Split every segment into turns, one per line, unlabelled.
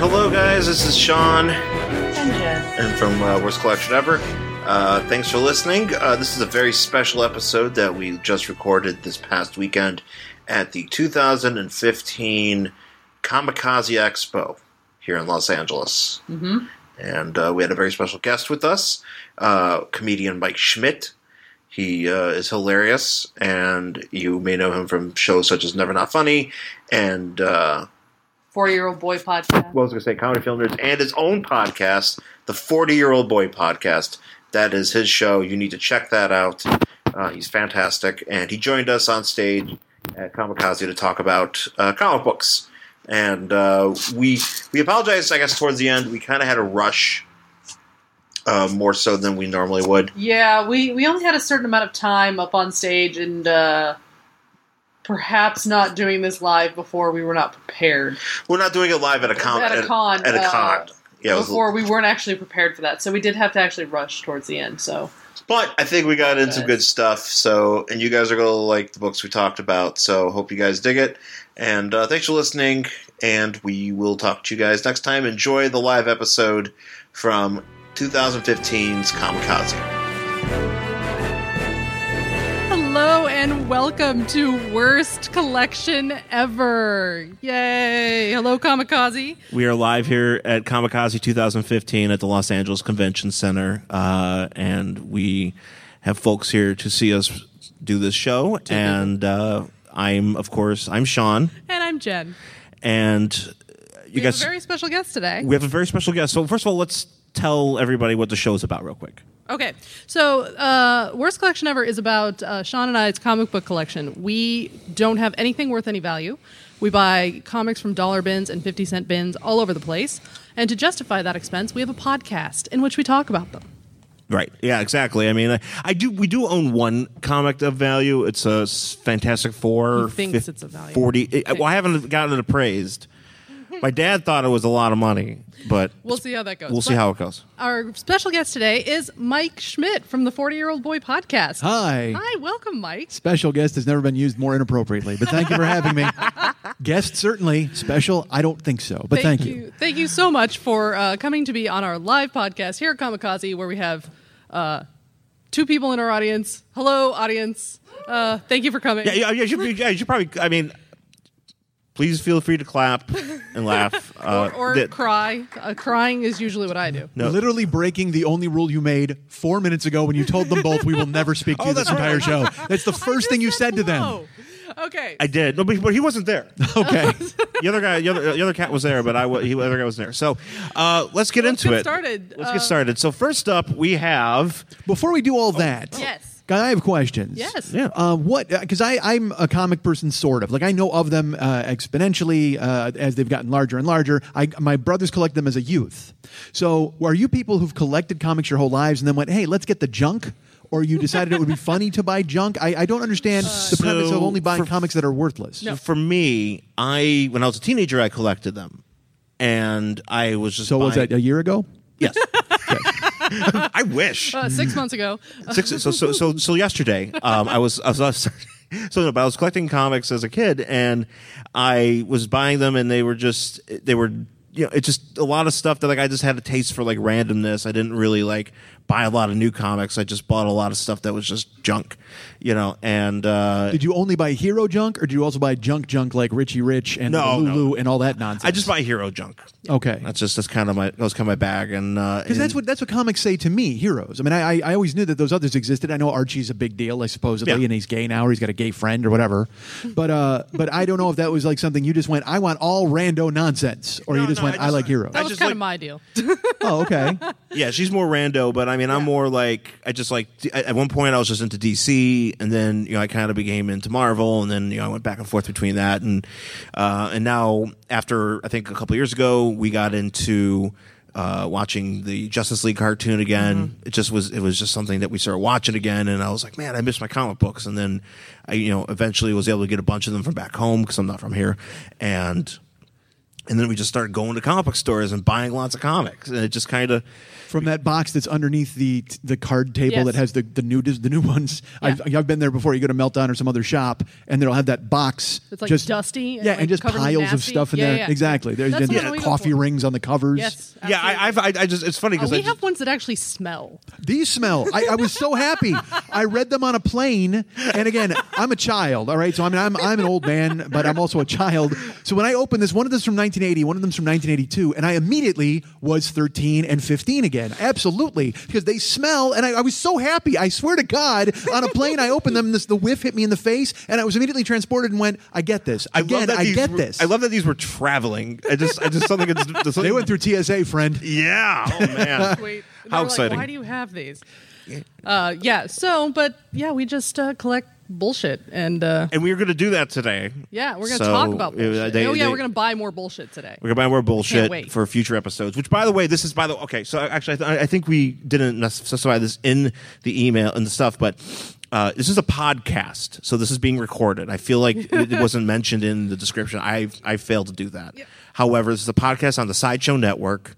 guys. This is Sean,
And Jen.
and from uh, Worst Collection Ever. Uh, thanks for listening. Uh, this is a very special episode that we just recorded this past weekend at the 2015 Kamikaze Expo here in Los Angeles.
Mhm.
And uh, we had a very special guest with us, uh, comedian Mike Schmidt. He uh, is hilarious, and you may know him from shows such as Never Not Funny and. Uh,
Four year old boy podcast.
what was I going to say, Comedy Film Nerds, and his own podcast, the 40 Year Old Boy Podcast. That is his show. You need to check that out. Uh, he's fantastic. And he joined us on stage at Kamikaze to talk about uh, comic books. And uh, we we apologized, I guess, towards the end. We kind of had a rush, uh, more so than we normally would.
Yeah, we, we only had a certain amount of time up on stage and uh, perhaps not doing this live before we were not prepared.
We're not doing it live at a con.
at a con.
At, a
uh,
con. Yeah, it was-
before we weren't actually prepared for that. So we did have to actually rush towards the end. So
But I think we got in some
Yes.
good stuff. So, and you guys are gonna like the books we talked about. So, hope you guys dig it. And uh, thanks for listening. And we will talk to you guys next time. Enjoy the live episode from 2015's Kamikaze.
Hello and welcome to Worst Collection Ever. Yay. Hello, Kamikaze.
We are live here at Kamikaze 2015 at the Los Angeles Convention Center, uh, and we have folks here to see us do this show. And uh, I'm, of course, I'm Sean,
And I'm Jen.
and you
We have a
guys,
very special guest today.
we have a very special guest. So first of all, let's tell everybody what the show is about, real quick.
Okay, so uh, Worst Collection Ever is about uh, Sean and I's comic book collection. We don't have anything worth any value. We buy comics from dollar bins and 50 cent bins all over the place. And to justify that expense, we have a podcast in which we talk about them.
Right. Yeah. Exactly. I mean, I, I do. We do own one comic of value. It's a s- Fantastic Four.
He thinks it's of value.
Forty. it- well, I haven't gotten it appraised. My dad thought it was a lot of money, but
We'll see how that goes.
We'll see
But-
how it goes.
Our special guest today is Mike Schmidt from the 40 Year Old Boy podcast.
Hi.
Hi, welcome, Mike.
Special guest has never been used more inappropriately, but thank you for having me. guest certainly special. I don't think so, but thank, you.
Thank you so much for uh, coming to be on our live podcast here at Kamikaze, where we have uh, two people in our audience. Hello, audience. Uh, thank you for coming.
Yeah, yeah, you should, yeah, you should probably. I mean, please feel free to clap and laugh. Uh,
Or
that-
cry. Uh, crying is usually what I do.
No.
Literally breaking the only rule you made four minutes ago when you told them both we will never speak to you this entire show. That's the first thing you said to them.
them. Okay.
I did. No, but, but he wasn't there.
Okay.
The other guy, the other, the other cat was there, but I wa- he, the other guy was there. So uh, let's get
Let's
into
get
it.
started.
Let's
Uh,
get started. So first up, we have.
Before we do all that,
Yes.
guy, I have questions.
Yes.
Oh. Yeah.
Uh, what? Because I I'm a comic person, sort of. Like I know of them uh, exponentially uh, as they've gotten larger and larger. I my brothers collect them as a youth. So are you people who've collected comics your whole lives and then went, hey, let's get the junk? Or you decided it would be funny to buy junk? I, I don't understand
Uh,
the premise of
So
only buying
for-
comics that are worthless.
For me, I when I was a teenager, I collected them, and I was just.
So was
buying-
that a year ago?
Yes. I wish.
Uh, six months ago.
Six, so so so so yesterday, um, I was I was, I was so no, but I was collecting comics as a kid, and I was buying them, and they were just they were you know it's just a lot of stuff that like I just had a taste for like randomness. I didn't really like buy a lot of new comics. I just bought a lot of stuff that was just junk, you know. And uh,
Did you only buy hero junk, or do you also buy junk junk like Richie Rich and
No, no.
Lulu and all that nonsense?
I just buy hero junk.
okay.
That's just that's kind of my that was kind of my bag, and uh,
Because that's what that's what comics say to me, heroes. I mean, I, I I always knew that those others existed. I know Archie's a big deal, I supposedly,
Yeah.
and he's gay now, or he's got a gay friend or whatever. But uh, but I don't know if that was like something you just went, I want all rando nonsense, or you
No,
just
no,
went, I,
I just-
like heroes.
I
That was
just
kind
like-
of my deal.
oh, okay.
Yeah, she's more rando, but I mean, I'm more like I just like at at one point I was just into DC, and then you know I kind of became into Marvel, and then you know I went back and forth between that, and uh, and now after I think a couple years ago we got into. Uh, watching the Justice League cartoon again, it just was it was just something that we started watching again, and I was like, man, I miss my comic books. And then I, you know, eventually was able to get a bunch of them from back home because I'm not from here, and And then we just started going to comic book stores and buying lots of comics, and it just kind of
from that box that's underneath the the card table
Yes.
that has the the new dis- the new ones. I've, I've been there before. You go to Meltdown or some other shop, and they'll have that box.
It's, like,
just,
dusty and,
yeah,
like,
and just
covered in
piles of
nasty-
stuff in
yeah,
there.
yeah.
Exactly. There's
That's
been
the one we go
coffee
for.
rings on the covers.
Yes.
yeah. I, I've
absolutely.
I, I just it's funny
Uh,
because
we
I just,
have ones that actually smell.
These smell. I, I was so happy. I read them on a plane. And again, I'm a child. All right. So I mean, I'm, I'm an old man, but I'm also a child. So when I opened this, one of them's from 1980, one of them's from 1982. And I immediately was 13 and 15 again. Absolutely. Because they smell. And I, I was so happy. I swear to God, on a plane, I opened them. This, the whiff hit me in the face. And I was immediately transported and went, I get this.
I
Again, I,
these
get
were-
this.
I love that these were traveling. I just I just something. it's- it's-
they went through TSA, friend.
Yeah. Oh man.
Wait, and
How
they're like,
exciting.
Why do you have these? Uh, yeah. So, but yeah, we just uh, collect bullshit and uh,
and we were going to do that today.
yeah, we're gonna
So,
talk about
uh,
bullshit.
they-
oh yeah,
they-
we're gonna buy more bullshit today.
We're gonna buy more bullshit
wait.
for future episodes. Which, by the way, this is by the okay. So actually, I, th- I think we didn't nec- specify this in the email and the stuff, but uh, this is a podcast, so this is being recorded. I feel like it it wasn't mentioned in the description. I I failed to do that. However, this is a podcast on the Sideshow Network.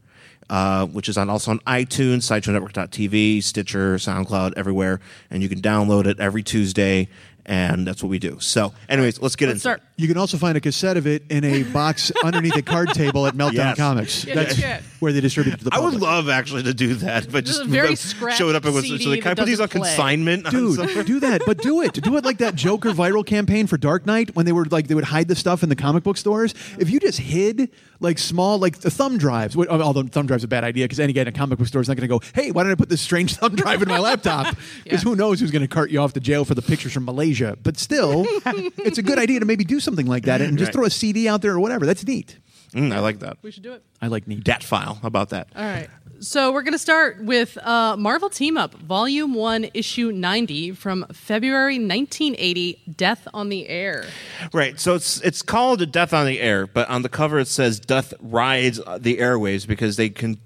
Uh, which is on also on iTunes, SideshowNetwork.tv, Stitcher, SoundCloud, everywhere, and you can download it every Tuesday, and that's what we do. So, anyways, let's get
Let's
into
start.
it.
You can also find a cassette of it in a box underneath a card table at Meltdown
Yes.
Comics.
Yeah,
That's
yeah.
where they distribute it to the
I
public.
would love actually to do that, but
This is
just
a very scratched
showed up and was
CD
so like, can I
that
put these on
doesn't play."
consignment? on some-
Dude, do that, but do it. Do it like that Joker viral campaign for Dark Knight when they were like they would hide the stuff in the comic book stores. If you just hid like small like the thumb drives, wh- uh, although thumb drives a bad idea because any guy in a comic book store is not going to go, hey, why did I put this strange thumb drive in my laptop? Because who knows who's going to cart you off to jail for the pictures from Malaysia? But still, it's a good idea to maybe do something like that and just
Right.
throw a CD out there or whatever. That's neat.
Mm, I like that.
We should do it.
I like neat.
Dat file. How about that?
All right. So we're going to start with uh, Marvel Team Up, Volume 1, Issue 90 from February 1980, Death on the Air.
Right. So it's it's called Death on the Air, but on the cover it says Death rides the airwaves because they can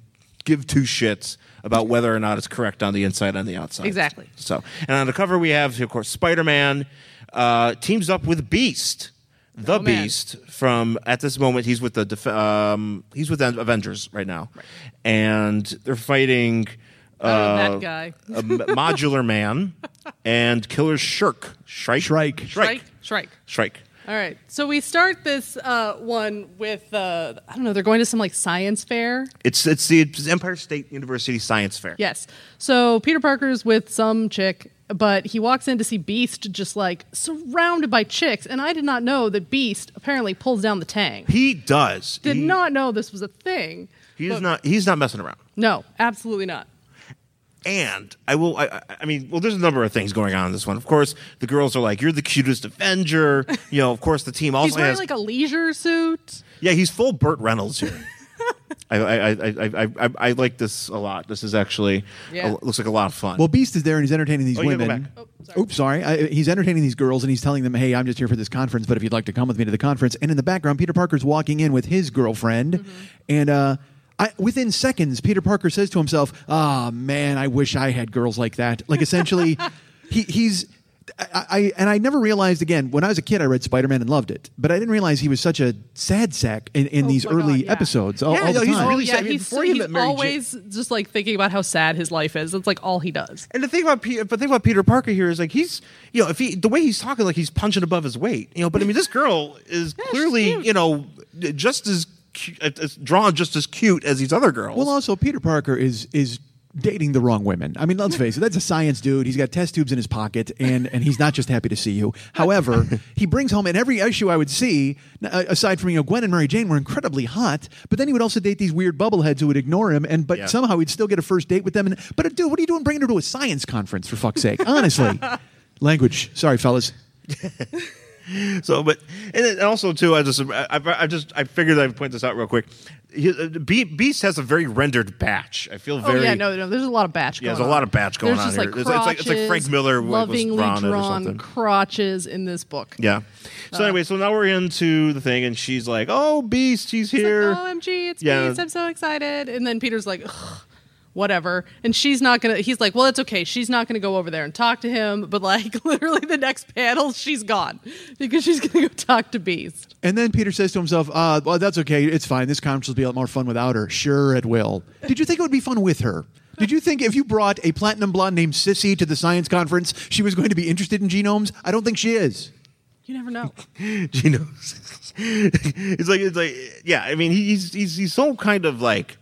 give two shits about whether or not it's correct on the inside and the outside.
Exactly.
So, and on the cover we have, of course, Spider Man uh, teams up with Beast, the
man.
Beast from at this moment he's with the def- um, he's with the Avengers right now, and they're fighting.
Oh,
Uh,
that guy.
a m- modular man and killer Shirk. Shrike.
Shrike.
Shrike.
Strike.
Shrike.
All right. So we start this uh, one with, uh, I don't know, they're going to some like science fair.
It's it's the it's Empire State University Science Fair.
Yes. So Peter Parker's with some chick, but he walks in to see Beast just like surrounded by chicks. And I did not know that Beast apparently pulls down the tang.
He does.
Did
he,
not know this was a thing.
He is
But-
not. He's not messing around.
No, absolutely not.
And I will. I, I- I mean, well, there's a number of things going on in this one. Of course, the girls are like, "You're the cutest Avenger." You know. Of course, the team also
He's wearing
has.
like a leisure suit.
yeah, he's full Burt Reynolds here. I, I, I, I, I, I- I like this a lot. This is actually
Yeah.
a, looks like a lot of fun.
Well, Beast is there and he's entertaining these
Oh, you gotta go
women.
back.
sorry.
Oops, sorry. I, he's entertaining these girls and he's telling them, "Hey, I'm just here for this conference, but if you'd like to come with me to the conference." And in the background, Peter Parker's walking in with his girlfriend,
Mm-hmm.
and uh, I, within seconds, Peter Parker says to himself, "Ah, man, I wish I had girls like that." Like essentially, he, he's. I, I and I never realized again when I was a kid I read Spider Man and loved it, but I didn't realize he was such a sad sack in, in
Oh
these
my
early
God, yeah.
episodes. All,
Yeah,
all
no,
the
he's
time.
really
yeah,
sad.
he's,
Before he
he's
met Mary Jane-
always just like thinking about how sad his life is. That's like all he does.
And the thing about Peter, but the thing about Peter Parker here is like he's, you know, if he the way he's talking, like he's punching above his weight, you know. But I mean, this girl is
she's
clearly,
cute.
you know, just as cu- uh, as drawn, just as cute as these other girls.
Well,
uh,
also Peter Parker is is dating the wrong women. I mean, let's face it, that's a science dude. He's got test tubes in his pocket, and and he's not just happy to see you. However, he brings home in every issue I would see, n- uh, aside from you know Gwen and Mary Jane were incredibly hot, but then he would also date these weird bubbleheads who would ignore him, and but
Yeah.
somehow he'd still get a first date with them. And but dude, what are you doing bringing her to a science conference for fuck's sake? Honestly, language. Sorry, fellas.
so but and then also too, I just I, I I just I figured I'd point this out real quick. He- uh, Be- Beast has a very rendered batch. I feel very.
oh yeah, no, no. There's a lot of batch.
Yeah,
going
there's a
on.
lot of batch going
there's
on
just,
here.
Like
It's like- it's like- it's like
crotches,
Frank Miller was
lovingly
drawn it or
drawn
something.
crotches in this book.
Yeah.
uh,
So anyway, so now we're into the thing, and she's like, "Oh, Beast, she's here."
It's like, OMG, it's
Yeah.
Beast! I'm so excited. And then Peter's like, "Ugh, whatever. And she's not gonna. He's like, well, it's okay. She's not gonna go over there and talk to him. But like, literally the next panel, she's gone because she's gonna go talk to Beast.
And then Peter says to himself, uh, well, that's okay. It's fine. This conference will be a lot more fun without her. Sure, it will. Did you think it would be fun with her? Did you think if you brought a platinum blonde named Sissy to the science conference, she was going to be interested in genomes? I don't think she is.
You never know.
Geno's. it's like it's like yeah. I mean, he's he's he's so kind of like.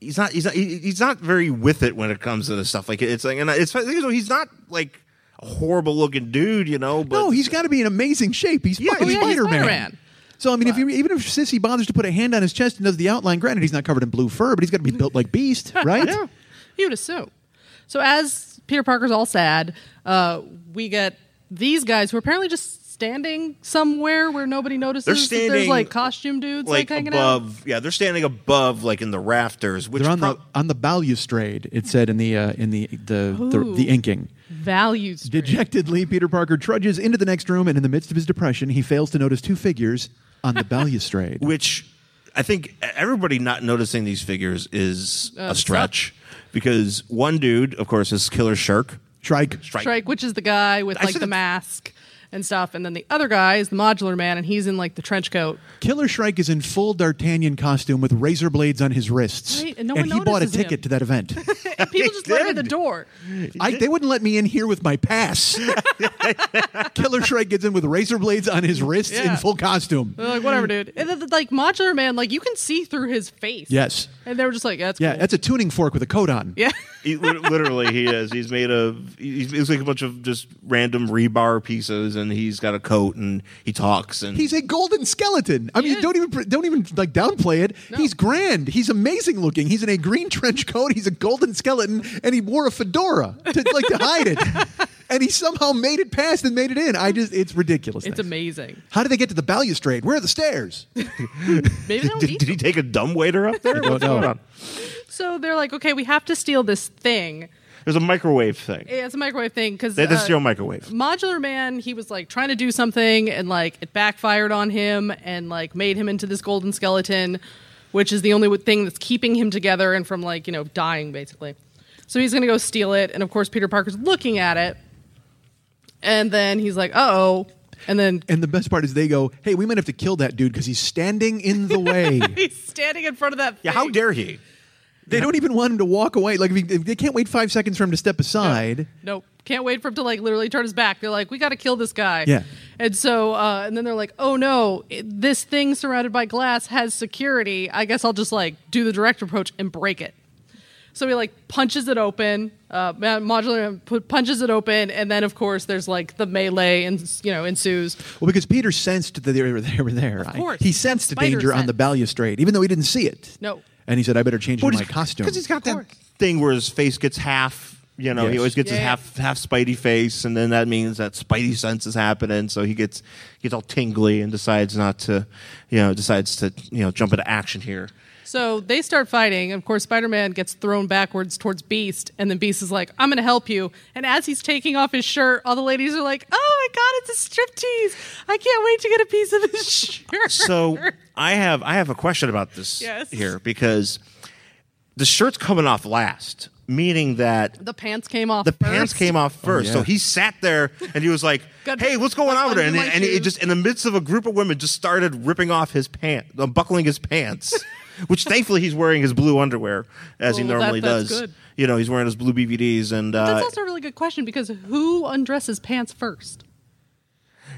He's not. He's not. he- He's not very with it when it comes to this stuff. Like it's like, and it's so he's not like a horrible looking dude, you know. But
no, he's got to be in amazing shape. He's
Yeah,
fucking
oh, yeah, he's
Spider Man.
Spider-Man.
So I mean, if you, even if Sissy bothers to put a hand on his chest and does the outline, granted he's not covered in blue fur, but he's got to be built like Beast, right?
Yeah, you would assume. So as Peter Parker's all sad, uh, we get these guys who are apparently just standing somewhere where nobody notices.
They're
that there's
standing,
like costume dudes like,
like
hanging out.
above. Yeah, they're standing above, like in the rafters. Which
They're on
prob-
the on the balustrade. It said in the uh, in the the, the
Ooh.
the inking.
Values.
Dejectedly, Peter Parker trudges into the next room, and in the midst of his depression, he fails to notice two figures on the balustrade.
which I think everybody not noticing these figures is a
Uh, it's
stretch because one dude, of course, is Killer Shark.
Shrike.
Strike, which is the guy with
I
like the
should've-
mask and stuff, and then the other guy is the modular man, and he's in like the trench coat.
Killer Shrike is in full D'Artagnan costume with razor blades on his wrists,
Right, and no one
he bought a
notices him.
ticket to that event.
And people just let him in the door.
I, they wouldn't let me in here with my pass. Killer Shrike gets in with razor blades on his wrists in
Yeah.
full costume.
They're like, whatever, dude. And then the, like modular man, like you can see through his face.
Yes.
And they were just like, that's
Yeah,
cool.
that's a tuning fork with a coat on.
yeah.
He, lit- literally, he is. He's made of. He's, he's like a bunch of just random rebar pieces, and he's got a coat, and he talks, and
He's a golden skeleton. I mean,
is.
don't even pr- don't even like downplay it. He's grand. He's amazing looking. He's in a green trench coat. He's a golden skeleton, and he wore a fedora to like to hide it. And he somehow made it past and made it in. I just, it's ridiculous.
It's amazing.
How did they get to the balustrade? Where are the stairs?
Maybe that was
did, did he take a dumb waiter up there? What's going on?
So they're like, okay, we have to steal this thing.
There's a microwave thing.
Yeah, It's a microwave thing uh, because
They had to steal a microwave.
Modular Man, he was like trying to do something and like it backfired on him and like made him into this golden skeleton, which is the only wo- thing that's keeping him together and from like, you know, dying basically. So he's going to go steal it. And of course, Peter Parker's looking at it. And then he's like, uh oh. And then
And the best part is they go, "Hey, we might have to kill that dude because he's standing in the way."
he's standing in front of that.
Yeah, how
thing.
dare he?
they don't even want him to walk away. Like if, he, if they can't wait five seconds for him to step aside.
Nope. Can't wait for him to like literally turn his back. They're like, we got to kill this guy.
Yeah.
And so, uh, and then they're like, oh no, it- this thing surrounded by glass has security. I guess I'll just like do the direct approach and break it. So he like punches it open, uh, ma- modular and pu- punches it open, and then of course there's like the melee and you know ensues.
Well, because Peter sensed that they were, they were there. Of
course.
he sensed
Spider
danger on
sense.
the balustrade, even though he didn't see it.
No.
And he said, I better change into my
he's-
costume.
Because he's got that thing where his face gets half. You know,
Yes.
he always gets his
Yeah.
half half Spidey face, and then that means that Spidey sense is happening. So he gets gets all tingly and decides not to, you know, decides to you know jump into action here.
So they start fighting. Of course, Spider Man gets thrown backwards towards Beast, and then Beast is like, I'm going to help you. And as he's taking off his shirt, all the ladies are like, Oh my God, it's a striptease. I can't wait to get a piece of his shirt.
So I have I have a question about this
Yes.
here because the shirt's coming off last, meaning that
the pants came off.
the pants
first.
came off first.
Oh, yeah.
So he sat there and he was like,
Got-
"Hey, what's going on with her?" And,
Under my
and he
shoes.
just in the midst of a group of women just started ripping off his pants, buckling his pants. which thankfully he's wearing his blue underwear as he
Well, Oh, that-
normally
that's
does.
good.
You know, he's wearing his blue BVDs and uh,
That's also a really good question because who undresses pants first?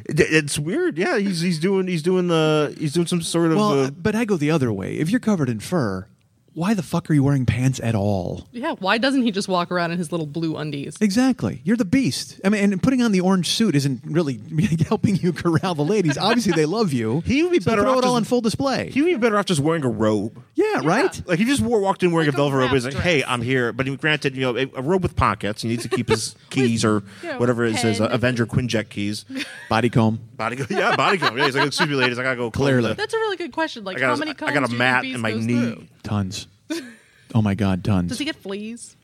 it- it's weird. Yeah, he's he's doing he's doing the he's doing some sort of
well,
uh,
uh, but I go the other way. If you're covered in fur, why the fuck are you wearing pants at all?
Yeah, why doesn't he just walk around in his little blue undies?
Exactly. You're the beast. I mean, and putting on the orange suit isn't really helping you corral the ladies. Obviously, they love you.
He would be
so
better
throw
off
it all
just-
on full display.
he would be better off just wearing a robe.
yeah, right?
Like he just wore, walked in wearing
Like
a
a
velvet robe.
wrap
He's like,
dress.
"Hey, I'm here." But granted, you know, a, a robe with pockets. He needs to keep his keys or
you know,
whatever it says,
pen
uh,
and-
Avenger Quinjet keys.
Body comb.
Body, go- yeah, body comb. Yeah, he's like, "Excuse me, ladies, I gotta go." close
Clearly.
the-
That's a really good question. Like,
I got,
how
a-
many
I
combs
got a
do you think
mat
Beast
in my
goes
knee.
through?
Tons. Oh, my God, tons.
Does he get fleas?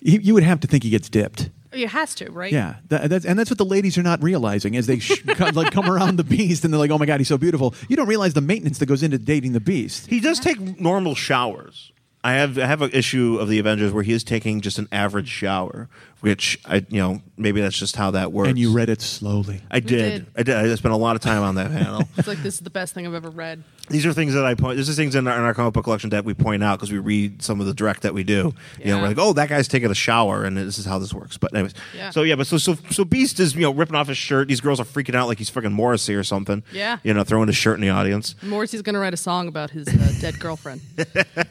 He- you would have to think he gets dipped.
He has to, right?
Yeah, that, that's, and that's what the ladies are not realizing as they sh- come, like come around the beast and they're like, "Oh my god, he's so beautiful." You don't realize the maintenance that goes into dating the beast.
He does take normal showers. I I have I have an issue of the Avengers where he is taking just an average shower, which I you know maybe that's just how that works.
and you read it slowly.
I did.
did.
I did. I spent a lot of time on that panel.
It's like this is the best thing I've ever read.
These are things that I point. These are things in our, in our comic book collection that we point out because we read some of the direct that we do. You
Yeah.
know, we're like, oh, that guy's taking a shower, and this is how this works. But anyways,
Yeah.
so yeah, but so so so Beast is you know ripping off his shirt. These girls are freaking out like he's fucking Morrissey or something.
Yeah.
you know, throwing his shirt in the audience.
Morrissey's going to write a song about his uh, dead girlfriend.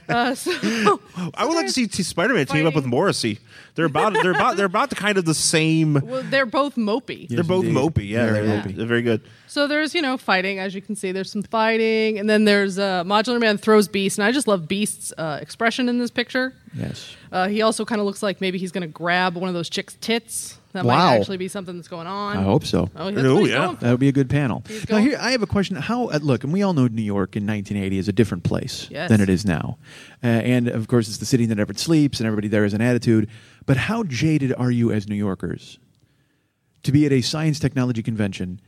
Uh, so,
I would like to see t- Spider-Man team up
fighting.
with Morrissey. They're about they're about they're about the kind of the same.
well, they're both mopey.
they're both
indeed.
mopey. Yeah,
Very
they're,
mopey.
they're very good.
So there's, you know, fighting, as you can see. There's some fighting. And then there's uh, Modular Man throws Beast. And I just love Beast's uh, expression in this picture.
Yes.
Uh, he also kind of looks like maybe he's going to grab one of those chicks' tits. That
Wow.
might actually be something that's going on.
I hope so.
Oh, that's
Oh,
what he's
yeah.
going for.
That would be a good panel. Now,
going-
here I have a question. How uh, look, and we all know New York in 1980 is a different place
Yes.
than it is now, uh, and of course it's the city that never sleeps, and everybody there has an attitude. But how jaded are you as New Yorkers to be at a science technology convention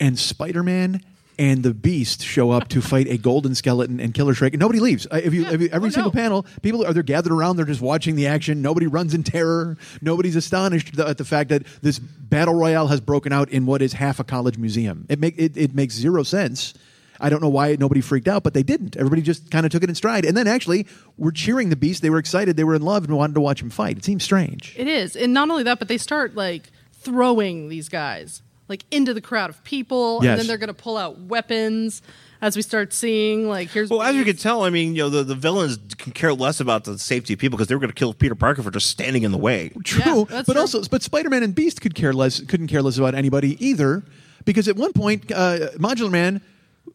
and Spider-Man? And the Beast show up to fight a golden skeleton and Killer Shrek. and Nobody leaves. Uh, If you,
Yeah.
if you every
Oh,
single
no.
panel, people are they're gathered around. They're just watching the action. Nobody runs in terror. Nobody's astonished th- at the fact that this battle royale has broken out in what is half a college museum. It make it, it makes zero sense. I don't know why nobody freaked out, but they didn't. Everybody just kind of took it in stride, and then actually were cheering the beast. They were excited. They were in love and wanted to watch him fight. It seems strange.
It is. And not only that, but they start like throwing these guys like into the crowd of people
Yes.
and then they're going to pull out weapons as we start seeing like here's
Well, as you
Beast.
can tell, I mean, you know, the, the villains can care less about the safety of people because they were going to kill Peter Parker for just standing in the way.
True,
that's
but
true.
also, but Spider-Man and Beast could care less, couldn't care less about anybody either, because at one point, uh, Modular Man,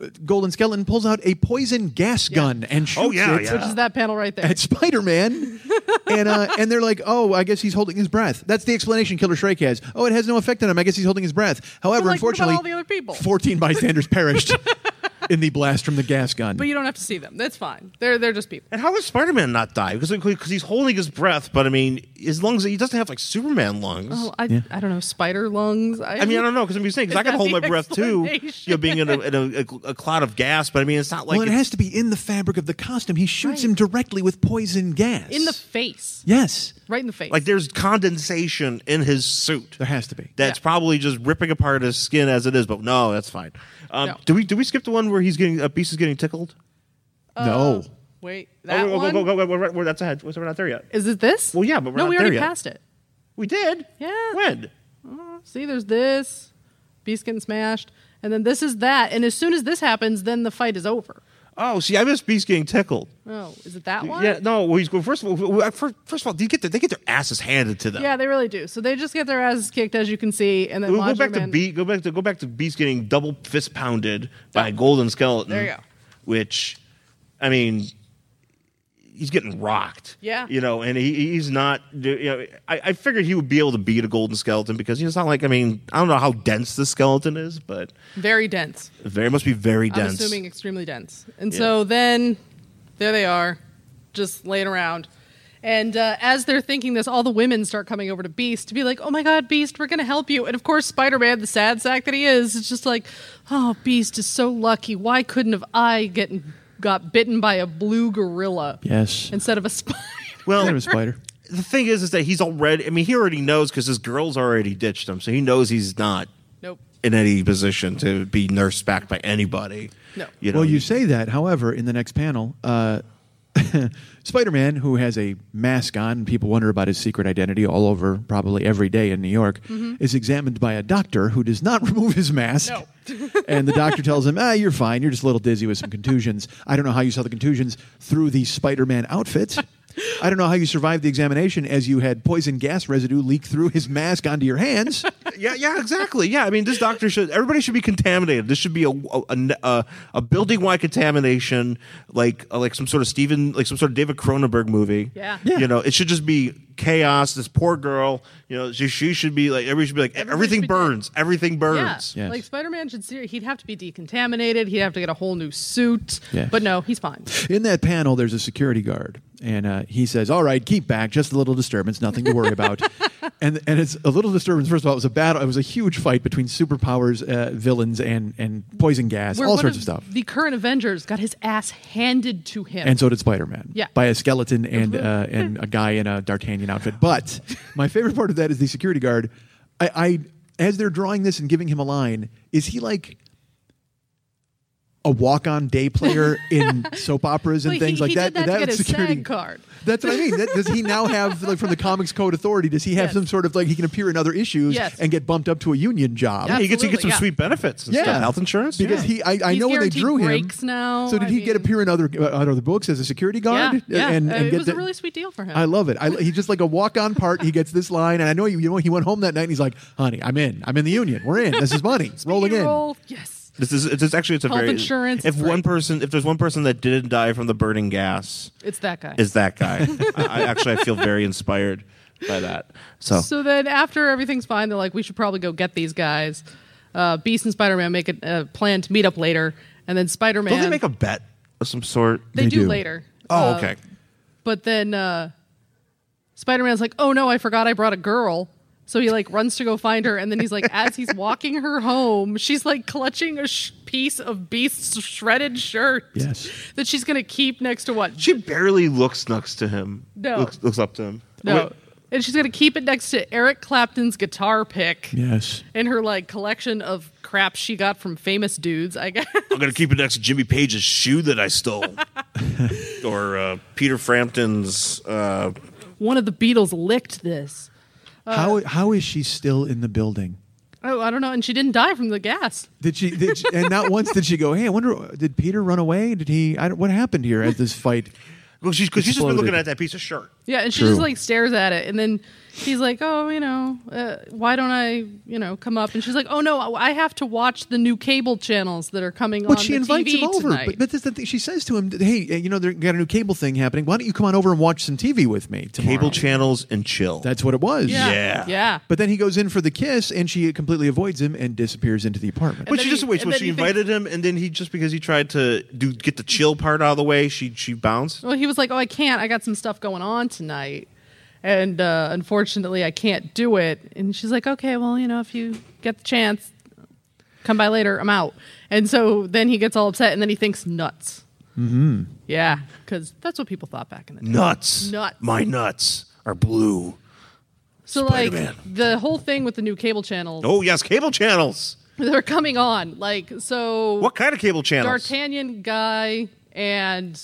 uh, Golden Skeleton, pulls out a poison gas gun and shoots
Oh, yeah,
it
yeah.
which is that panel right there.
at Spider-Man, and uh, and they're like, oh, I guess he's holding his breath. That's the explanation Killer Shrike has. Oh, it has no effect on him. I guess he's holding his breath. However,
But, like, what about
unfortunately,
all the other people?
fourteen bystanders perished in the blast from the gas gun.
But you don't have to see them. That's fine. They're they're just people.
And how does Spider Man not die? Because because he's holding his breath, but I mean, his lungs, he doesn't have like Superman lungs.
Oh, I, I don't know, spider lungs.
I mean, I don't know because I'm just saying because I
Is
can
that
hold my
the
breath too, you know, being in, a, in a, a, cloud of gas. But I mean, it's not like
well, it
it's-
has to be in the fabric of the costume. He shoots
Right.
him directly with poison gas
in the face.
yes.
Right in the face.
like there's condensation in his suit.
There has to be.
That's
Yeah.
probably just ripping apart his skin as it is. But no, that's fine. Um,
No.
Do we do we skip the one where he's getting a beast is getting tickled?
no.
Wait, that
oh, go,
one?
go, go, go, go, we're, we're- that's ahead. We're not there yet.
Is it this?
Well, yeah, but we're
no,
not
we
there
already
yet.
passed it.
We did.
Yeah.
When?
See, there's this. Beast getting smashed. And then this is that. And as soon as this happens, then the fight is over.
Oh, see, I missed Beast getting tickled.
Oh, is it that one?
Yeah, no. Well, he's well, first of all. well, First, first of all, they get their, they get their asses handed to them.
Yeah, they really do. So they just get their asses kicked, as you can see. And then
We'll go
Modular
back to
Man-
beat. Go back to go back to Beast getting double fist pounded by Golden Skeleton.
There you go.
Which, I mean, he's getting rocked.
Yeah.
you know, and he, he's not. You know, I, I figured he would be able to beat a Golden Skeleton because you know, it's not like I mean I don't know how dense the skeleton is, but
Very dense.
very must be very
I'm
dense.
assuming extremely dense. And so then there they are, just laying around. And uh, as they're thinking this, all the women start coming over to Beast to be like, oh my God, Beast, we're going to help you. And of course, Spider Man, the sad sack that he is, is just like, oh, Beast is so lucky. Why couldn't have I get, got bitten by a blue gorilla
Yes.
instead of a spider?
Well,
Kind of a spider.
the thing is, is that he's already. I mean, he already knows because his girl's already ditched him, so he knows he's not
nope.
in any position to be nursed back by anybody.
No.
you know.
Well, you say that. However, in the next panel, uh, Spider Man, who has a mask on, people wonder about his secret identity all over, probably every day in New York, is examined by a doctor who does not remove his mask.
No.
and the doctor tells him, ah, you're fine. You're just a little dizzy with some contusions. I don't know how you saw the contusions through the Spider Man outfit. I don't know how you survived the examination as you had poison gas residue leak through his mask onto your hands.
yeah, yeah, exactly. Yeah, I mean, this doctor should. Everybody should be contaminated. This should be a a, a, a building wide contamination, like uh, like some sort of Stephen, like some sort of David Cronenberg movie.
Yeah.
Yeah.
you know, it should just be chaos. This poor girl, you know, she, she should be like everybody should be like everything
should be
burns, everything
Yeah,
burns.
Yes.
like Spider-Man should. Ser- he'd have to be decontaminated. He'd have to get a whole new suit.
Yes.
But no, he's fine.
In that panel, there's a security guard, and uh, he says, "All right, keep back, just a little disturbance, nothing to worry about." and and it's a little disturbance. First of all, it was a battle. It was a huge fight between superpowers, uh, villains, and and poison gas,
Where
all
one
sorts of stuff.
The current Avengers got his ass handed to him.
and so did Spider Man.
Yeah. Mm-hmm.
By a skeleton and uh, and a guy in a D'Artagnan outfit. But my favorite part of that is the security guard. I, I as they're drawing this and giving him a line, is he like a walk-on day player in soap operas and
Wait,
things
he-
like
he
that.
did that to
That
get his
security
SAG card.
That's what I mean. That, does he now have like from the Comics Code Authority? Does he have
Yes.
some sort of like he can appear in other issues
Yes.
and get bumped up to a union job?
Yeah.
he gets he gets
Absolutely,
some
yeah.
sweet benefits and stuff. health insurance
Because he,
yeah.
I, I
He's
know when they
guaranteed
drew him.
breaks now.
So did
I
he get
mean-
appear in other uh, other books as a security
yeah,
guard?
yeah.
And,
Uh,
and
it
get
was
the-
a really sweet deal for him.
I love it. I, he's just like a walk on part. He gets this line, and I know you, you know he went home that night. and He's like, "Honey, I'm in. I'm in the union. We're in. This is money rolling in."
Roll, yes.
this is it's, it's actually it's a
Health
very
insurance,
If
it's
one
great.
person, if there's one person that didn't die from the burning gas,
It's that guy.
is that guy. I, I actually I feel very inspired by that. So,
So then, after everything's fine, they're like, "We should probably go get these guys." Uh, Beast and Spider Man make a uh, plan to meet up later, and then Spider Man.
don't they make a bet of some sort?
They
do,
do.
later.
oh,
Uh,
okay.
But then uh, Spider Man's like, "Oh no, I forgot I brought a girl." So he like runs to go find her, and then he's like, as he's walking her home, she's like clutching a sh- piece of Beast's shredded shirt.
Yes.
That she's gonna keep next to what?
She barely looks next to him.
No.
looks, looks up to him.
no. And she's gonna keep it next to Eric Clapton's guitar pick.
Yes.
in her like collection of crap she got from famous dudes, I guess.
I'm gonna keep it next to Jimmy Page's shoe that I stole, or uh, Peter Frampton's. Uh,
One of the Beatles licked this. Uh,
how how is she still in the building?
Oh, I don't know. And she didn't die from the gas.
Did she, did she? And not once did she go. Hey, I wonder. Did Peter run away? Did he? I don't, what happened here at this fight?
well, she's because she's just been
Exploded.
looking at that piece of shirt.
Yeah, and she
True.
just like stares at it, and then she's like, "Oh, you know, uh, why don't I, you know, come up?" And she's like, "Oh no, I have to watch the new cable channels that are coming on
But she
the
invites
TV
him over.
tonight."
But, but that's the thing. She says to him, "Hey, eh, you know, they got a new cable thing happening. Why don't you come on over and watch some TV with me tomorrow?"
Cable channels and chill.
That's what it was.
yeah,
Yeah.
yeah,
But then he goes in for the kiss, and she completely avoids him and disappears into the
And
apartment.
But she
then
just
he-
wait.
and
Well,
then
she
he thinks-
invited him, and then he just because he tried to do get the chill part out of the way, she she bounced.
Well, he was like, "Oh, I can't. I got some stuff going on tonight, and uh, unfortunately, I can't do it." And she's like, "Okay, well, you know, if you get the chance, come by later. I'm out." And so then he gets all upset, and then he thinks nuts. Mm-hmm. Yeah, because that's what people thought back in the day.
Nuts.
Nuts.
My nuts are blue.
So
Spider-Man.
like the whole thing with the new cable channels
Oh yes, cable channels.
that are coming on, like so.
What kind of cable channels?
D'Artagnan guy and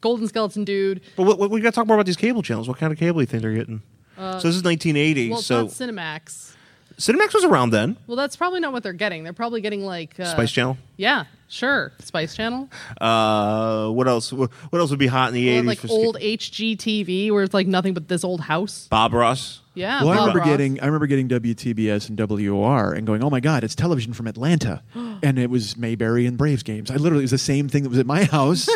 Golden Skeleton dude.
but what, what, we got to talk more about these cable channels. What kind of cable you think they're getting? so this is 1980.
Uh, Well, it's
so
not Cinemax.
Cinemax was around then.
Well, that's probably not what they're getting. They're probably getting like uh,
Spice Channel.
Yeah, sure, Spice Channel,
Uh, what else? What else would be hot in the
or
80s?
like
for ska-
old HGTV where it's like nothing but this old house.
Bob Ross.
Yeah,
Well, I
Bob
remember
Ross.
getting I remember getting WTBS and WOR and going, oh my god, it's television from Atlanta, and it was Mayberry and Braves games. I literally it was the same thing that was at my house.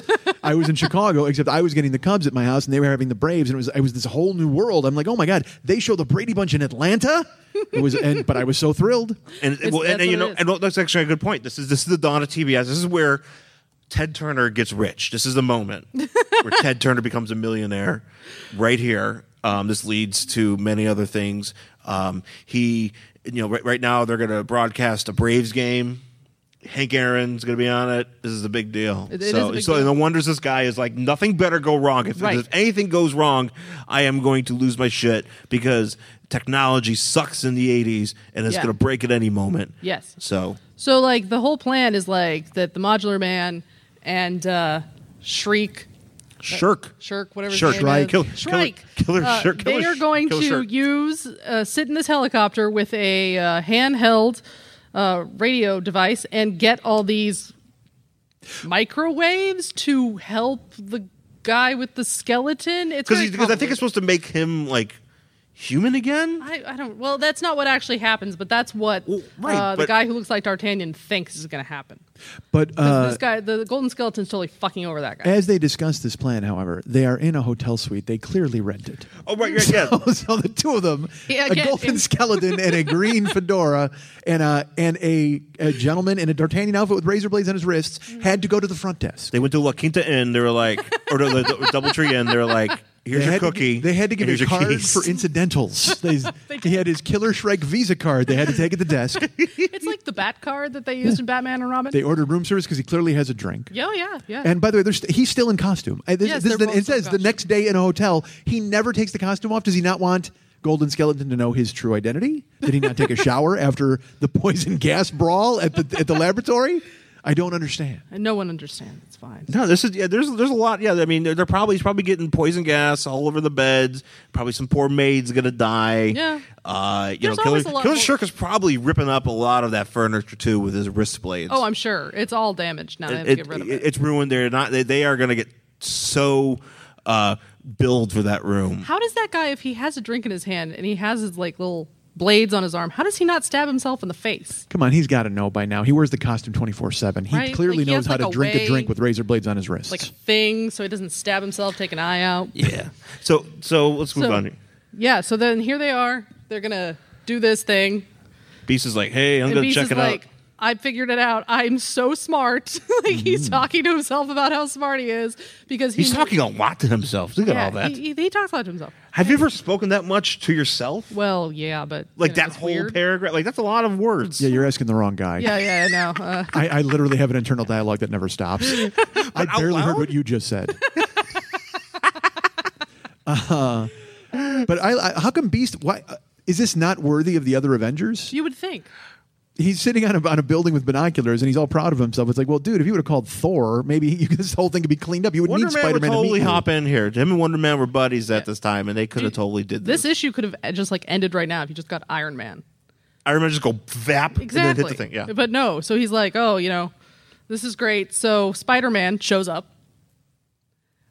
I was in Chicago, except I was getting the Cubs at my house, and they were having the Braves, and it was it was this whole new world. I'm like, oh my god, they show the Brady Bunch in Atlanta. It was, and, but I was so thrilled.
And,
It's-
well, and,
that's
and you
what
know,
it is.
and well, that's actually a good point. This is this is the dawn of TBS. This is where Ted Turner gets rich. This is the moment where Ted Turner becomes a millionaire. Right here, um, this leads to many other things. Um, he, you know, right, right now they're going to broadcast a Braves game. Hank Aaron's going to be on it. This is a big deal.
It- it
so,
is a big
so
deal.
no wonders this guy is like nothing better go wrong. If,
Right.
if anything goes wrong, I am going to lose my shit because technology sucks in the '80s and it's
Yeah.
going to break at any moment.
Yes.
So
So like the whole plan is like that the Modular Man and uh, Shriek,
Shirk.
Shirk, whatever.
Shirk.
his name is.
Shrike. Kill-
Shrike.
killer- killer
Uh,
Shirk, killer
they are
Sh-
going
killer
to
Shirk.
use uh, sit in this helicopter with a uh, handheld uh, radio device and get all these microwaves to help the guy with the skeleton. It's
Because
very
because I think
convoluted.
it's supposed to make him like human again.
I, I don't. Well, that's not what actually happens, but that's what
Well, right,
uh, the
but-
guy who looks like D'Artagnan thinks is going to happen.
But uh,
this guy, the, golden skeleton's totally fucking over that guy.
as they discuss this plan, however, they are in a hotel suite they clearly rented.
Oh right, right, yeah.
so the two of them,
Yeah,
a
again,
golden
it's-
skeleton and a green fedora, and a and a, a gentleman in a D'Artagnan outfit with razor blades on his wrists, had to go to the front desk.
they went to La Quinta Inn. They were like, or the, the, the DoubleTree Inn. They were like, Here's
They
your
had to
cookie.
gi- they had to give
and
a
here's your
card
keys.
for incidentals. They, he had his Killer Shrek Visa card. They had to take at the desk.
It's like the bat card that they used in Batman and Robin.
They ordered room service because he clearly has a drink.
yeah, yeah, yeah.
And by the way, there's st- he's still in costume. I- this-
Yes,
this
they're
is the-
both
it
in
says the
costume.
next day in a hotel, he never takes the costume off. Does he not want Golden Skeleton to know his true identity? Did he not take a shower after the poison gas brawl at the at the laboratory? I don't understand.
and no one understands. It's fine.
No, this is yeah. There's there's a lot. Yeah, I mean, they're, they're probably he's probably getting poison gas all over the beds. Probably some poor maid's gonna die.
Yeah.
Uh, you
There's
know, Killer,
always a lot
Killer
more-
Shirk is probably ripping up a lot of that furniture too with his wrist blades.
Oh, I'm sure it's all damaged now. They have to
It-
get rid of
it-
it.
It's ruined. They're not. They, they are gonna get so uh, billed for that room.
How does that guy, if he has a drink in his hand and he has his like little blades on his arm, how does he not stab himself in the face?
Come on, he's got to know by now. He wears the costume 24 7. He
Right?
clearly
Like, he has,
knows how
like,
to
a
drink a
way-
drink with razor blades on his wrists.
Like a thing, so he doesn't stab himself, take an eye out.
Yeah. So so let's move
So-
on.
Yeah. So then here they are. They're gonna do this thing.
Beast is like, hey, I'm
And
gonna
Beast
check
is
it
like,
out.
I figured it out. I'm so smart. like he's talking to himself about how smart he is because he
Hmm. He's
kn-
talking a lot to himself. Look at
Yeah,
all that.
He, he, he talks a lot to himself.
Have you ever spoken that much to yourself?
Well, yeah, but you
Like
know,
that
it's
whole
weird.
paragraph. Like that's a lot of words.
yeah, you're asking the wrong guy.
Yeah, yeah, I know. Uh,
I, I literally have an internal dialogue that never stops. I
out
barely heard
loud?
what you just said. Uh, but I, I, how come Beast? Why uh, is this not worthy of the other Avengers?
you would think.
He's sitting on a, on a building with binoculars, and he's all proud of himself. It's like, well, dude, if you would have called Thor, maybe you, this whole thing could be cleaned up. You would
Wonder
need
Man
Spider Man
would totally
to meet you.
hop in here. Him and Wonder Man were buddies at this time, and they could have totally did this.
This issue could have just like ended right now if you just got Iron Man.
I remember just go vap and
Exactly.
then hit the thing. Yeah,
But no, so he's like, oh, you know, this is great. So Spider Man shows up.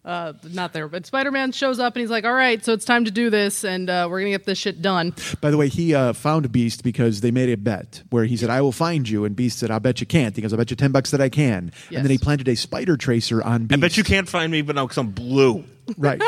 Uh, not there, but Spider Man shows up and he's like, all right, so it's time to do this and uh, we're going to get this shit done.
By the way, he uh, found Beast because they made a bet where he said, I will find you. And Beast said, I'll bet you can't. He goes, I'll bet you 10 bucks that I can.
Yes.
And then he planted a spider tracer on Beast.
I bet you can't find me, but now because I'm blue.
Right.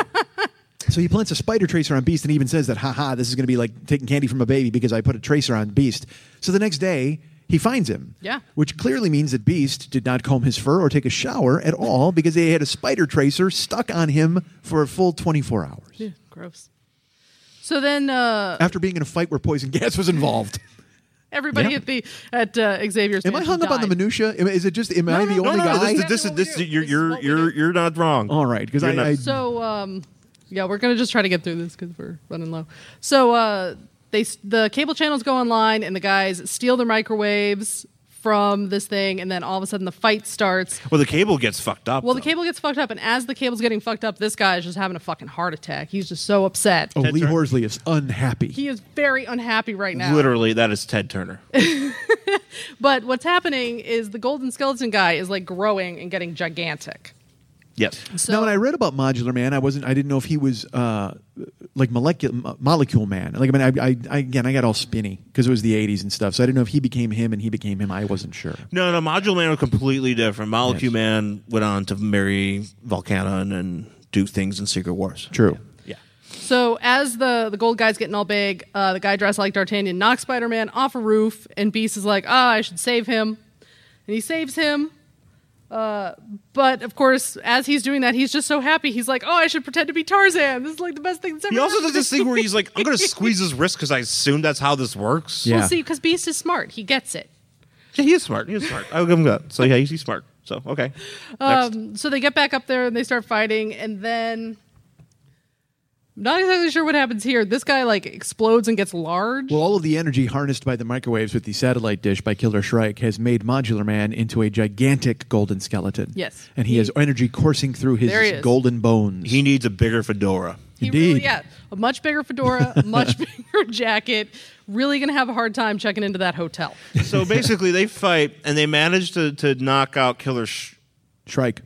so he plants a spider tracer on Beast and even says that, haha, this is going to be like taking candy from a baby because I put a tracer on Beast. So the next day, he finds him.
Yeah.
Which clearly means that Beast did not comb his fur or take a shower at all because they had a spider tracer stuck on him for a full 24 hours
Gross. So then uh,
after being in a fight where poison gas was involved.
everybody
Yeah.
at the at uh, Xavier's
Am I
mansion
hung up on the
died.
minutia? Am- Is it just, am I
no,
the
no,
only
no,
guy?
this,
Exactly
this is
what
this.
we do.
You're
This is
you're
what we
you're
do.
you're not wrong.
all right, because
You're not-
I, I
So, um, yeah, we're gonna just try to get through this because we're running low. So, uh, they s- the cable channels go online, and the guys steal the microwaves from this thing, and then all of a sudden the fight starts.
Well, the cable gets fucked up.
Well, the
though.
cable gets fucked up, and as the cable's getting fucked up, this guy is just having a fucking heart attack. He's just so upset.
oh,
Ted
Lee
Turner.
Horsley is unhappy.
He is very unhappy right now.
Literally, that is Ted Turner.
But what's happening is the golden skeleton guy is like growing and getting gigantic.
yes.
So
now, when I read about Modular Man, I wasn't. I didn't know if he was uh, like molecule Mo- molecule man. Like I mean, I, I, I again, I got all spinny because it was the '80s and stuff. So I didn't know if he became him and he became him. I wasn't sure.
No, no, Module Man was completely different. Molecule
Yes.
Man went on to marry Volcana and, and do things in Secret Wars.
True.
Yeah.
So as the the gold guy's getting all big, uh, the guy dressed like D'Artagnan knocks Spider Man off a roof, and Beast is like, "Ah, I should save him," and he saves him. Uh, but of course, as he's doing that, he's just so happy. He's like, "Oh, I should pretend to be Tarzan. This is like the best thing that's ever."
He also
happened
does this
to me."
thing where he's like, "I'm going to squeeze his wrist because I assume that's how this works."
Yeah.
Well, see, because Beast is smart, he gets it.
Yeah, he is smart. He is smart. I'll give him that. So yeah, he's, he's smart. So okay. Next.
Um, so they get back up there and they start fighting, and then. I'm Not exactly sure what happens here. This guy like explodes and gets large.
Well, all of the energy harnessed by the microwaves with the satellite dish by Killer Shrike has made Modular Man into a gigantic golden skeleton.
Yes.
and he, has energy coursing through
There he
his
is.
golden bones.
he needs a bigger fedora.
He
Indeed.
really, yeah, a much bigger fedora, a much bigger jacket. Really going to have a hard time checking into that hotel.
So basically, they fight and they manage to, to knock out Killer, Sh-
Shrike.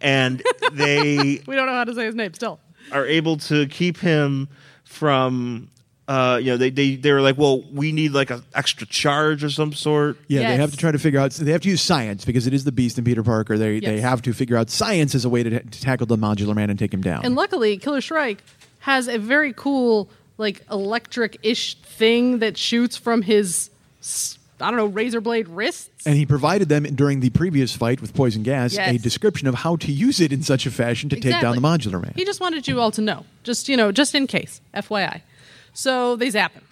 and they
We don't know how to say his name still.
are able to keep him from. Uh, you know, they, they they were like, well, we need like an extra charge or some sort.
Yeah, they
Yes.
have to try to figure out. They have to use science because it is the Beast and Peter Parker. They they
Yes.
have to figure out science as a way to, to tackle the Modular Man and take him down.
And luckily, Killer Shrike has a very cool, like, electric ish thing that shoots from his s- I don't know, razor blade wrists.
And he provided them during the previous fight with poison gas a
Yes.
description of how to use it in such a fashion to take down the
Exactly.
modular man.
He just wanted you all to know, just you know, just in case, FYI. So they zap him,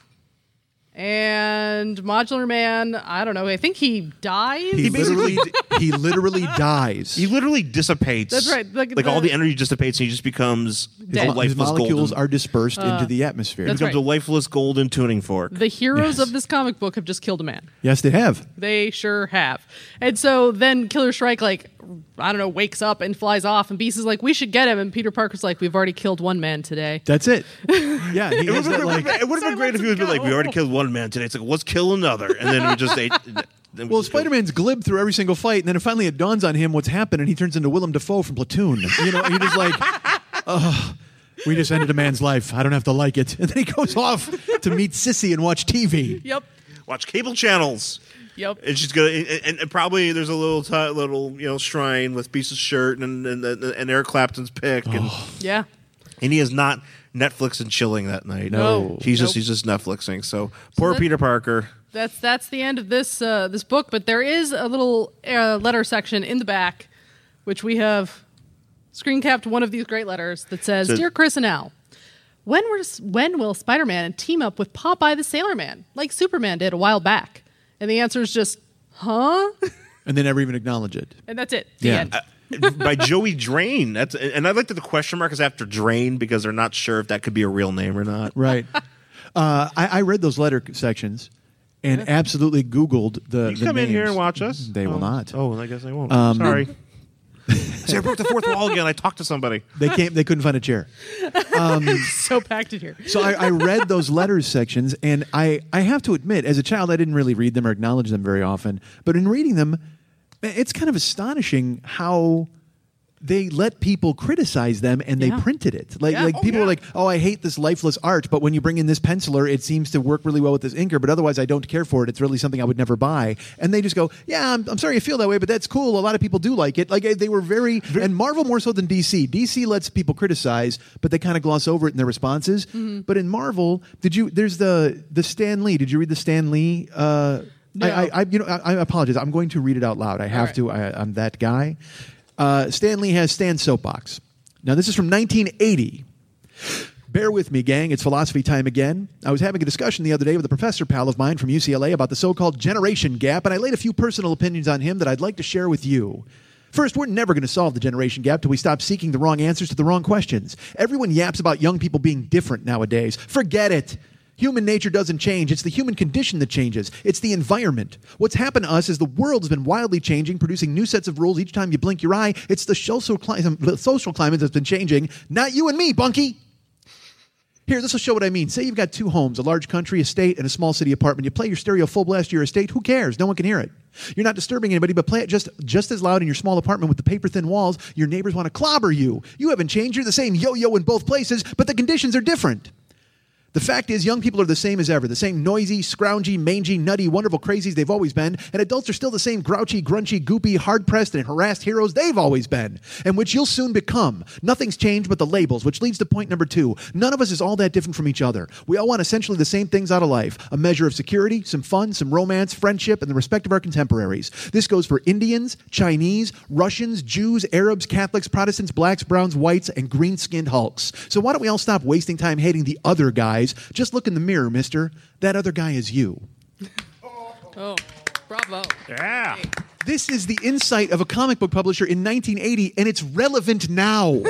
and Modular Man, I don't know. I think he dies.
He,
basically-
literally he literally dies.
He literally dissipates.
That's right,
Like,
like
all
the-
the energy dissipates, and he just becomes
his,
a
mo- his
lifeless
molecules
golden.
are dispersed into the atmosphere.
Uh, that's
becomes a
right.
lifeless golden tuning fork.
the heroes
Yes.
of this comic book have just killed a man.
Yes, they have.
They sure have. And so then Killer Shrike, like, I don't know, wakes up and flies off, and Beast is like, we should get him. And Peter Parker's like, we've already killed one man today.
That's it. Yeah, he has that, like,
it would have been great if he would be like, "We already killed one man today. It's like, let's kill another," and then we just ate. then we
Well,
just
Spider Man's glib through every single fight, and then finally it dawns on him what's happened, and he turns into Willem Dafoe from Platoon. You know, he just like, oh, we just ended a man's life. I don't have to like it. And then he goes off to meet Sissy and watch TV.
Yep.
go, watch cable channels.
Yep.
And she's gonna, and, and- and probably there's a little, ti little, you know, shrine with Beast's shirt and and, and, and Eric Clapton's pick, and
Oh.
Yeah.
and he is not Netflix and chilling that night.
No.
he's just
Nope.
he's just Netflixing. So poor
that-
Peter Parker.
That's that's the end of this uh, this book, but there is a little uh, letter section in the back, which we have screen capped one of these great letters that says,
So-
"Dear Chris and Al, when were when will Spider Man team up with Popeye the Sailor Man like Superman did a while back?" And the answer is just, "Huh?"
And they never even acknowledge it.
And that's it. The
Yeah. Uh,
end.
by Joey Drain. That's and I like that the question mark is after Drain because they're not sure if that could be a real name or not.
Right. Uh, I, I read those letter sections and absolutely Googled the.
You
the
come in here
names.
and watch us.
They will
Oh.
not. Um,
Oh, well, I guess they won't. Sorry. See, I broke the fourth wall again. I talked to somebody.
They came. They couldn't find a chair.
so packed in here.
So I, I read those letters sections, and I, I have to admit, as a child, I didn't really read them or acknowledge them very often. But in reading them, it's kind of astonishing how they let people criticize them and they
Yeah.
printed it. Like,
Yeah.
like
Oh,
people are
yeah.
like, oh, I hate this lifeless art, but when you bring in this penciler, it seems to work really well with this inker, but otherwise I don't care for it. It's really something I would never buy. And they just go, yeah, I'm, I'm sorry you feel that way, but that's cool. A lot of people do like it. Like eh, they were very, and Marvel more so than DC. DC lets people criticize, but they kind of gloss over it in their responses.
Mm-hmm.
But in Marvel, did you, there's the, the Stan Lee. Did you read the Stan Lee? Uh,
No.
I, I, I, you know, I, I apologize. I'm going to read it out loud. I have
right.
to. I, I'm that guy. Uh, Stanley has Stan's soapbox. Now, this is from 1980. Bear with me, gang. It's philosophy time again. I was having a discussion the other day with a professor pal of mine from UCLA about the so called generation gap, and I laid a few personal opinions on him that I'd like to share with you. First, we're never going to solve the generation gap till we stop seeking the wrong answers to the wrong questions. Everyone yaps about young people being different nowadays. Forget it. Human nature doesn't change. It's the human condition that changes. It's the environment. What's happened to us is the world has been wildly changing, producing new sets of rules each time you blink your eye. It's the social, cli- the social climate that's been changing, not you and me, Bunky. Here, this will show what I mean. Say you've got two homes, a large country estate and a small city apartment. You play your stereo full blast to your estate. Who cares? No one can hear it. You're not disturbing anybody, but play it just, just as loud in your small apartment with the paper thin walls. Your neighbors want to clobber you. You haven't changed. You're the same yo yo in both places, but the conditions are different. The fact is, young people are the same as ever the same noisy, scroungy, mangy, nutty, wonderful crazies they've always been, and adults are still the same grouchy, grunchy, goopy, hard pressed, and harassed heroes they've always been, and which you'll soon become. Nothing's changed but the labels, which leads to point number two. None of us is all that different from each other. We all want essentially the same things out of life a measure of security, some fun, some romance, friendship, and the respect of our contemporaries. This goes for Indians, Chinese, Russians, Jews, Arabs, Catholics, Protestants, blacks, browns, whites, and green skinned hulks. So why don't we all stop wasting time hating the other guys? Just look in the mirror, mister. That other guy is you.
Oh, bravo.
Yeah.
This is the insight of a comic book publisher in 1980, and it's relevant now.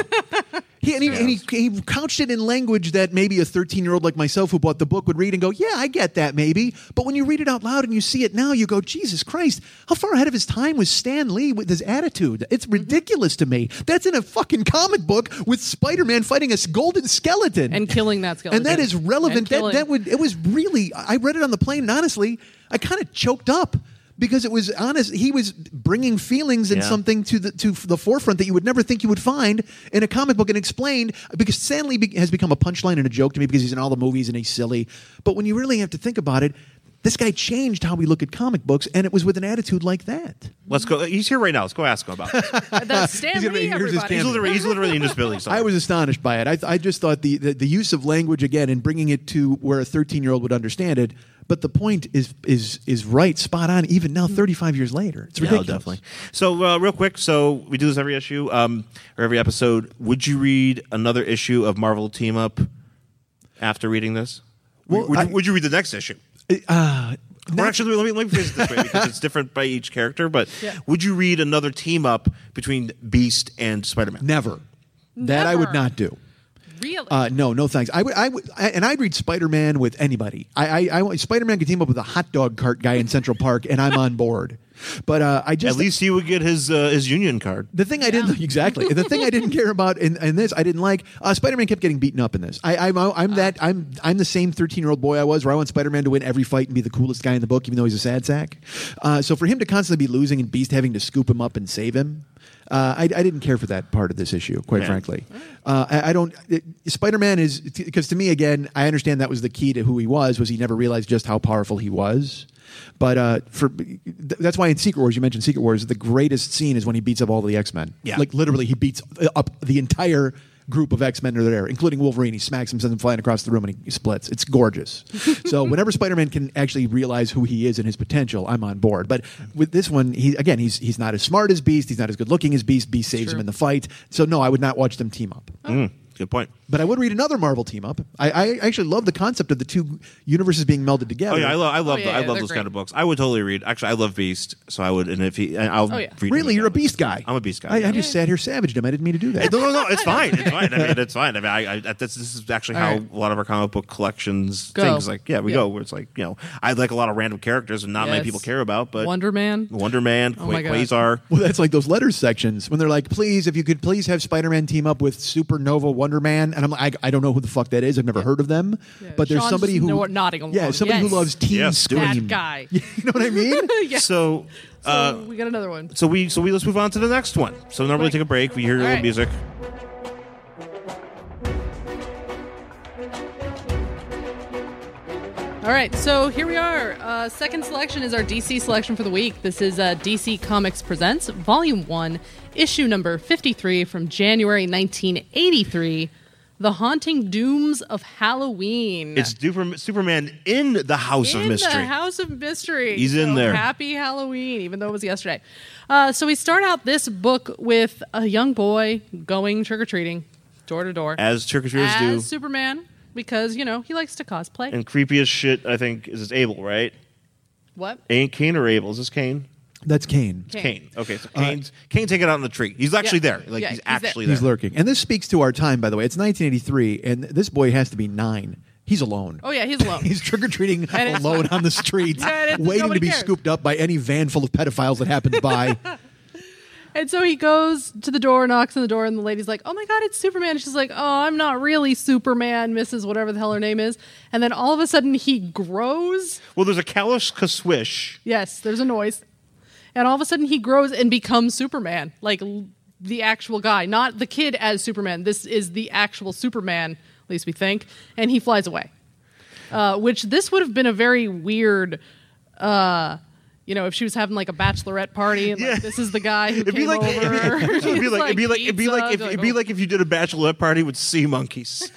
He, and he, and he, he couched it in language that maybe a 13 year old like myself who bought the book would read and go, Yeah, I get that, maybe. But when you read it out loud and you see it now, you go, Jesus Christ, how far ahead of his time was Stan Lee with his attitude? It's ridiculous to me. That's in a fucking comic book with Spider Man fighting a s- golden skeleton.
And killing that skeleton.
And that is
And
relevant. That,
killing-
that would it was really. I read it on the plane, and honestly, I kind of choked up because it was honest. He was bringing feelings and
Yeah.
something to the to the forefront that you would never think you would find in a comic book, and explained because Stanley be, has become a punchline and a joke to me because he's in all the movies and he's silly. But when you really have to think about it. This guy changed how we look at comic books, and it was with an attitude like that.
Let's go. He's here right now. Let's go ask him about it.
That's Stan
He's gonna be-
Lee,
here's his
everybody.
He's
cameo.
literally, he's literally in this building. somewhere.
I was astonished by it. I, I just thought the, the, the use of language again and bringing it to where a 13 year old would understand it. But the point is is is right, spot on. Even now, 35 years later, it's
Yeah, oh,
ridiculous.
definitely. So, uh, real quick, so we do this every issue um, or every episode. Would you read another issue of Marvel Team Up after reading this?
Well,
would, you-
I-
would you read the next issue?
Uh,
Or actually, let me, let me phrase it this way because it's different by each character. But
Yeah.
would you read another team up between Beast and Spider Man?
Never. That I would
Never.
not do.
Really?
Uh, no, no thanks. I would, I would, I, and I'd read Spider Man with anybody. I, I, I Spider Man could team up with a hot dog cart guy in Central Park, and I'm on board. But uh, I just
At least he would get his uh, his union card.
The thing I didn't exactly. The thing I didn't care about in, in this, I didn't like. Uh, Spider Man kept getting beaten up in this. I, I'm I'm that I'm I'm the same 13 year old boy I was, where I want Spider Man to win every fight and be the coolest guy in the book, even though he's a sad sack. Uh, so for him to constantly be losing and Beast having to scoop him up and save him, uh, I, I didn't care for that part of this issue, quite
Yeah.
frankly. Uh, I, I don't. Spider Man is because to me again, I understand that was the key to who he was. Was he never realized just how powerful he was. But uh, for th- that's why in Secret Wars you mentioned Secret Wars. The greatest scene is when he beats up all the X Men.
Yeah.
like literally he beats up the entire group of X Men that are there, including Wolverine. He smacks him, sends him flying across the room, and he splits. It's gorgeous. so whenever Spider Man can actually realize who he is and his potential, I'm on board. But with this one, he again he's he's not as smart as Beast. He's not as good looking as Beast. Beast saves him in the fight. So no, I would not watch them team up.
Mm, good point.
But I would read another Marvel team up. I, I actually love the concept of the two universes being melded together.
Oh yeah, I love I love
yeah,
the- I
yeah,
love
they're
those
great.
kind of books. I would totally read. Actually, I love Beast, so I would. And if he, and I'll
Oh, yeah.
read him
Really, you're a
again.
beast guy.
I'm a Beast guy,
I, I
yeah.
just sat here savaged him. I didn't mean to do that.
No, no, no. It's fine. It's fine. I mean, it's fine. I mean, I, I that's, this is actually
All
how
right.
a lot of our comic book collections
Go.
things like yeah, we
Yeah.
go where it's like you know I like a lot of random characters and not many
Yes.
people care about, but
Wonder Man.
Wonder Man,
Oh my
Qua-
God.
Quasar.
Well, that's like those letters sections when they're like, please, if you could please have Spider Man team up with Supernova Wonder Man. And I'm like, I, I don't know who the fuck that is. I've never heard of them.
Yeah,
But there's
Sean's
somebody who.
no- nodding along.
Yeah, somebody
Yes.
who loves Teen
Yes, do
Scream.
that
it.
guy.
You know what I mean?
yeah. So,
So, uh,
we got another one.
so we so we let's move on to the next one. So normally
Right.
take a break. We hear a
All
little
right.
music.
All right, so here we are. Uh, second selection is our DC selection for the week. This is uh, DC Comics Presents, Volume 1, issue number 53 from January 1983 The Haunting Dooms of Halloween.
It's Duper, Superman in the House
in
of Mystery.
the House of Mystery.
He's in
So
there.
Happy Halloween, even though it was yesterday. Uh, so we start out this book with a young boy going trick or treating, door to door,
as trick or treaters do.
as Superman, because, you know, he likes to cosplay.
and creepiest shit, I think, is this Abel, right?
what?
Ain't Kane or Abel? Is this Kane?
That's Kane.
Kane.
Kane. Okay, so Kane's Kane taking it out in the tree. He's actually
Yeah.
there. Like
Yeah,
he's,
he's there.
actually there.
He's lurking. And this speaks to our time, by the way. It's 1983, and this boy has to be nine. He's alone.
Oh, yeah, he's alone.
He's trick or treating
And it's-
alone on the streets,
Yeah, and it's-
waiting
nobody
to be
cares.
scooped up by any van full of pedophiles that happens by.
And so he goes to the door, knocks on the door, and the lady's like, "Oh my god, it's Superman!" And she's like, "Oh, I'm not really Superman, Mrs. Whatever the hell her name is." And then all of a sudden, he grows.
Well, there's a callous swish.
Yes, there's a noise, and all of a sudden, he grows and becomes Superman, like l- the actual guy, not the kid as Superman. This is the actual Superman, at least we think. And he flies away, uh, which this would have been a very weird. Uh, you know, if she was having like a bachelorette party, and, like,
Yeah.
this is the guy who
It'd
came
be like
over.
it'd be
It's
like, it'd be like it'd be like if,
pizza. oh.
it'd be like if you did a bachelorette party with sea monkeys.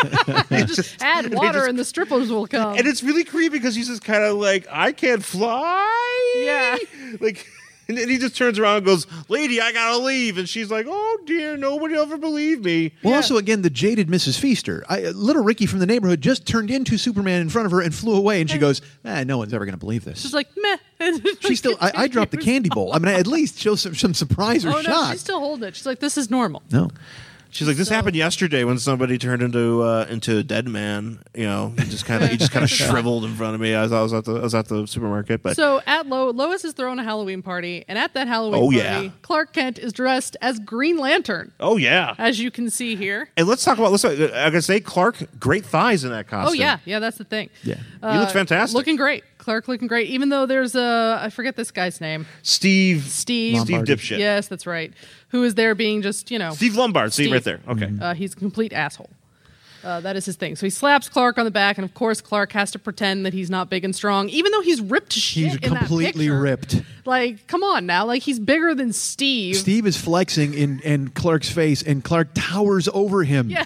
add water
just-
and the strippers will come.
and it's really creepy because he's just kind of like, I can't fly.
Yeah.
Like, and then he just turns around and goes, "Lady, I gotta leave." And she's like, "Oh dear, nobody will ever believe me."
Well, also again, the jaded Mrs. Feaster, I, uh, little Ricky from the neighborhood, just turned into Superman in front of her and flew away. And she goes, "Ah, "No one's ever going to believe this."
she's like meh.
She still, I, I dropped the candy bowl. I mean, at least show some, some surprise or
Oh no,
shock.
she's still holding it. She's like, this is normal.
no,
She's like, "This
So-
happened yesterday when somebody turned into uh, into a dead man. You know, he just kind of he just kind of shriveled in front of me. I was, I was at the I was at the supermarket, but
So at Lo- Lois is throwing a Halloween party, and at that Halloween
Oh,
party,
yeah.
Clark Kent is dressed as Green Lantern,
oh yeah."
as you can see here.
and let's talk about let's. Talk, I gotta say, Clark, great thighs in that costume.
Oh yeah, yeah, that's the thing. Uh,
Yeah.
He looks fantastic.
Looking great, Clark. Looking great. Even though there's a, I forget this guy's name,
Steve,
Steve.
Steve
Lombardi.
dipshit,
Yes, that's right. Who is there being just you know
Steve Lombard, Steve,
Steve. Mm-hmm.
right there. Okay,
Uh, he's a complete asshole. Uh, that is his thing. So he slaps Clark on the back, and of course Clark has to pretend that he's not big and strong, even though he's ripped to shit.
He's
in that
completely
picture.
ripped.
Like, come on now! Like he's bigger than Steve.
Steve is flexing in, in Clark's face, and Clark towers over him. Yeah.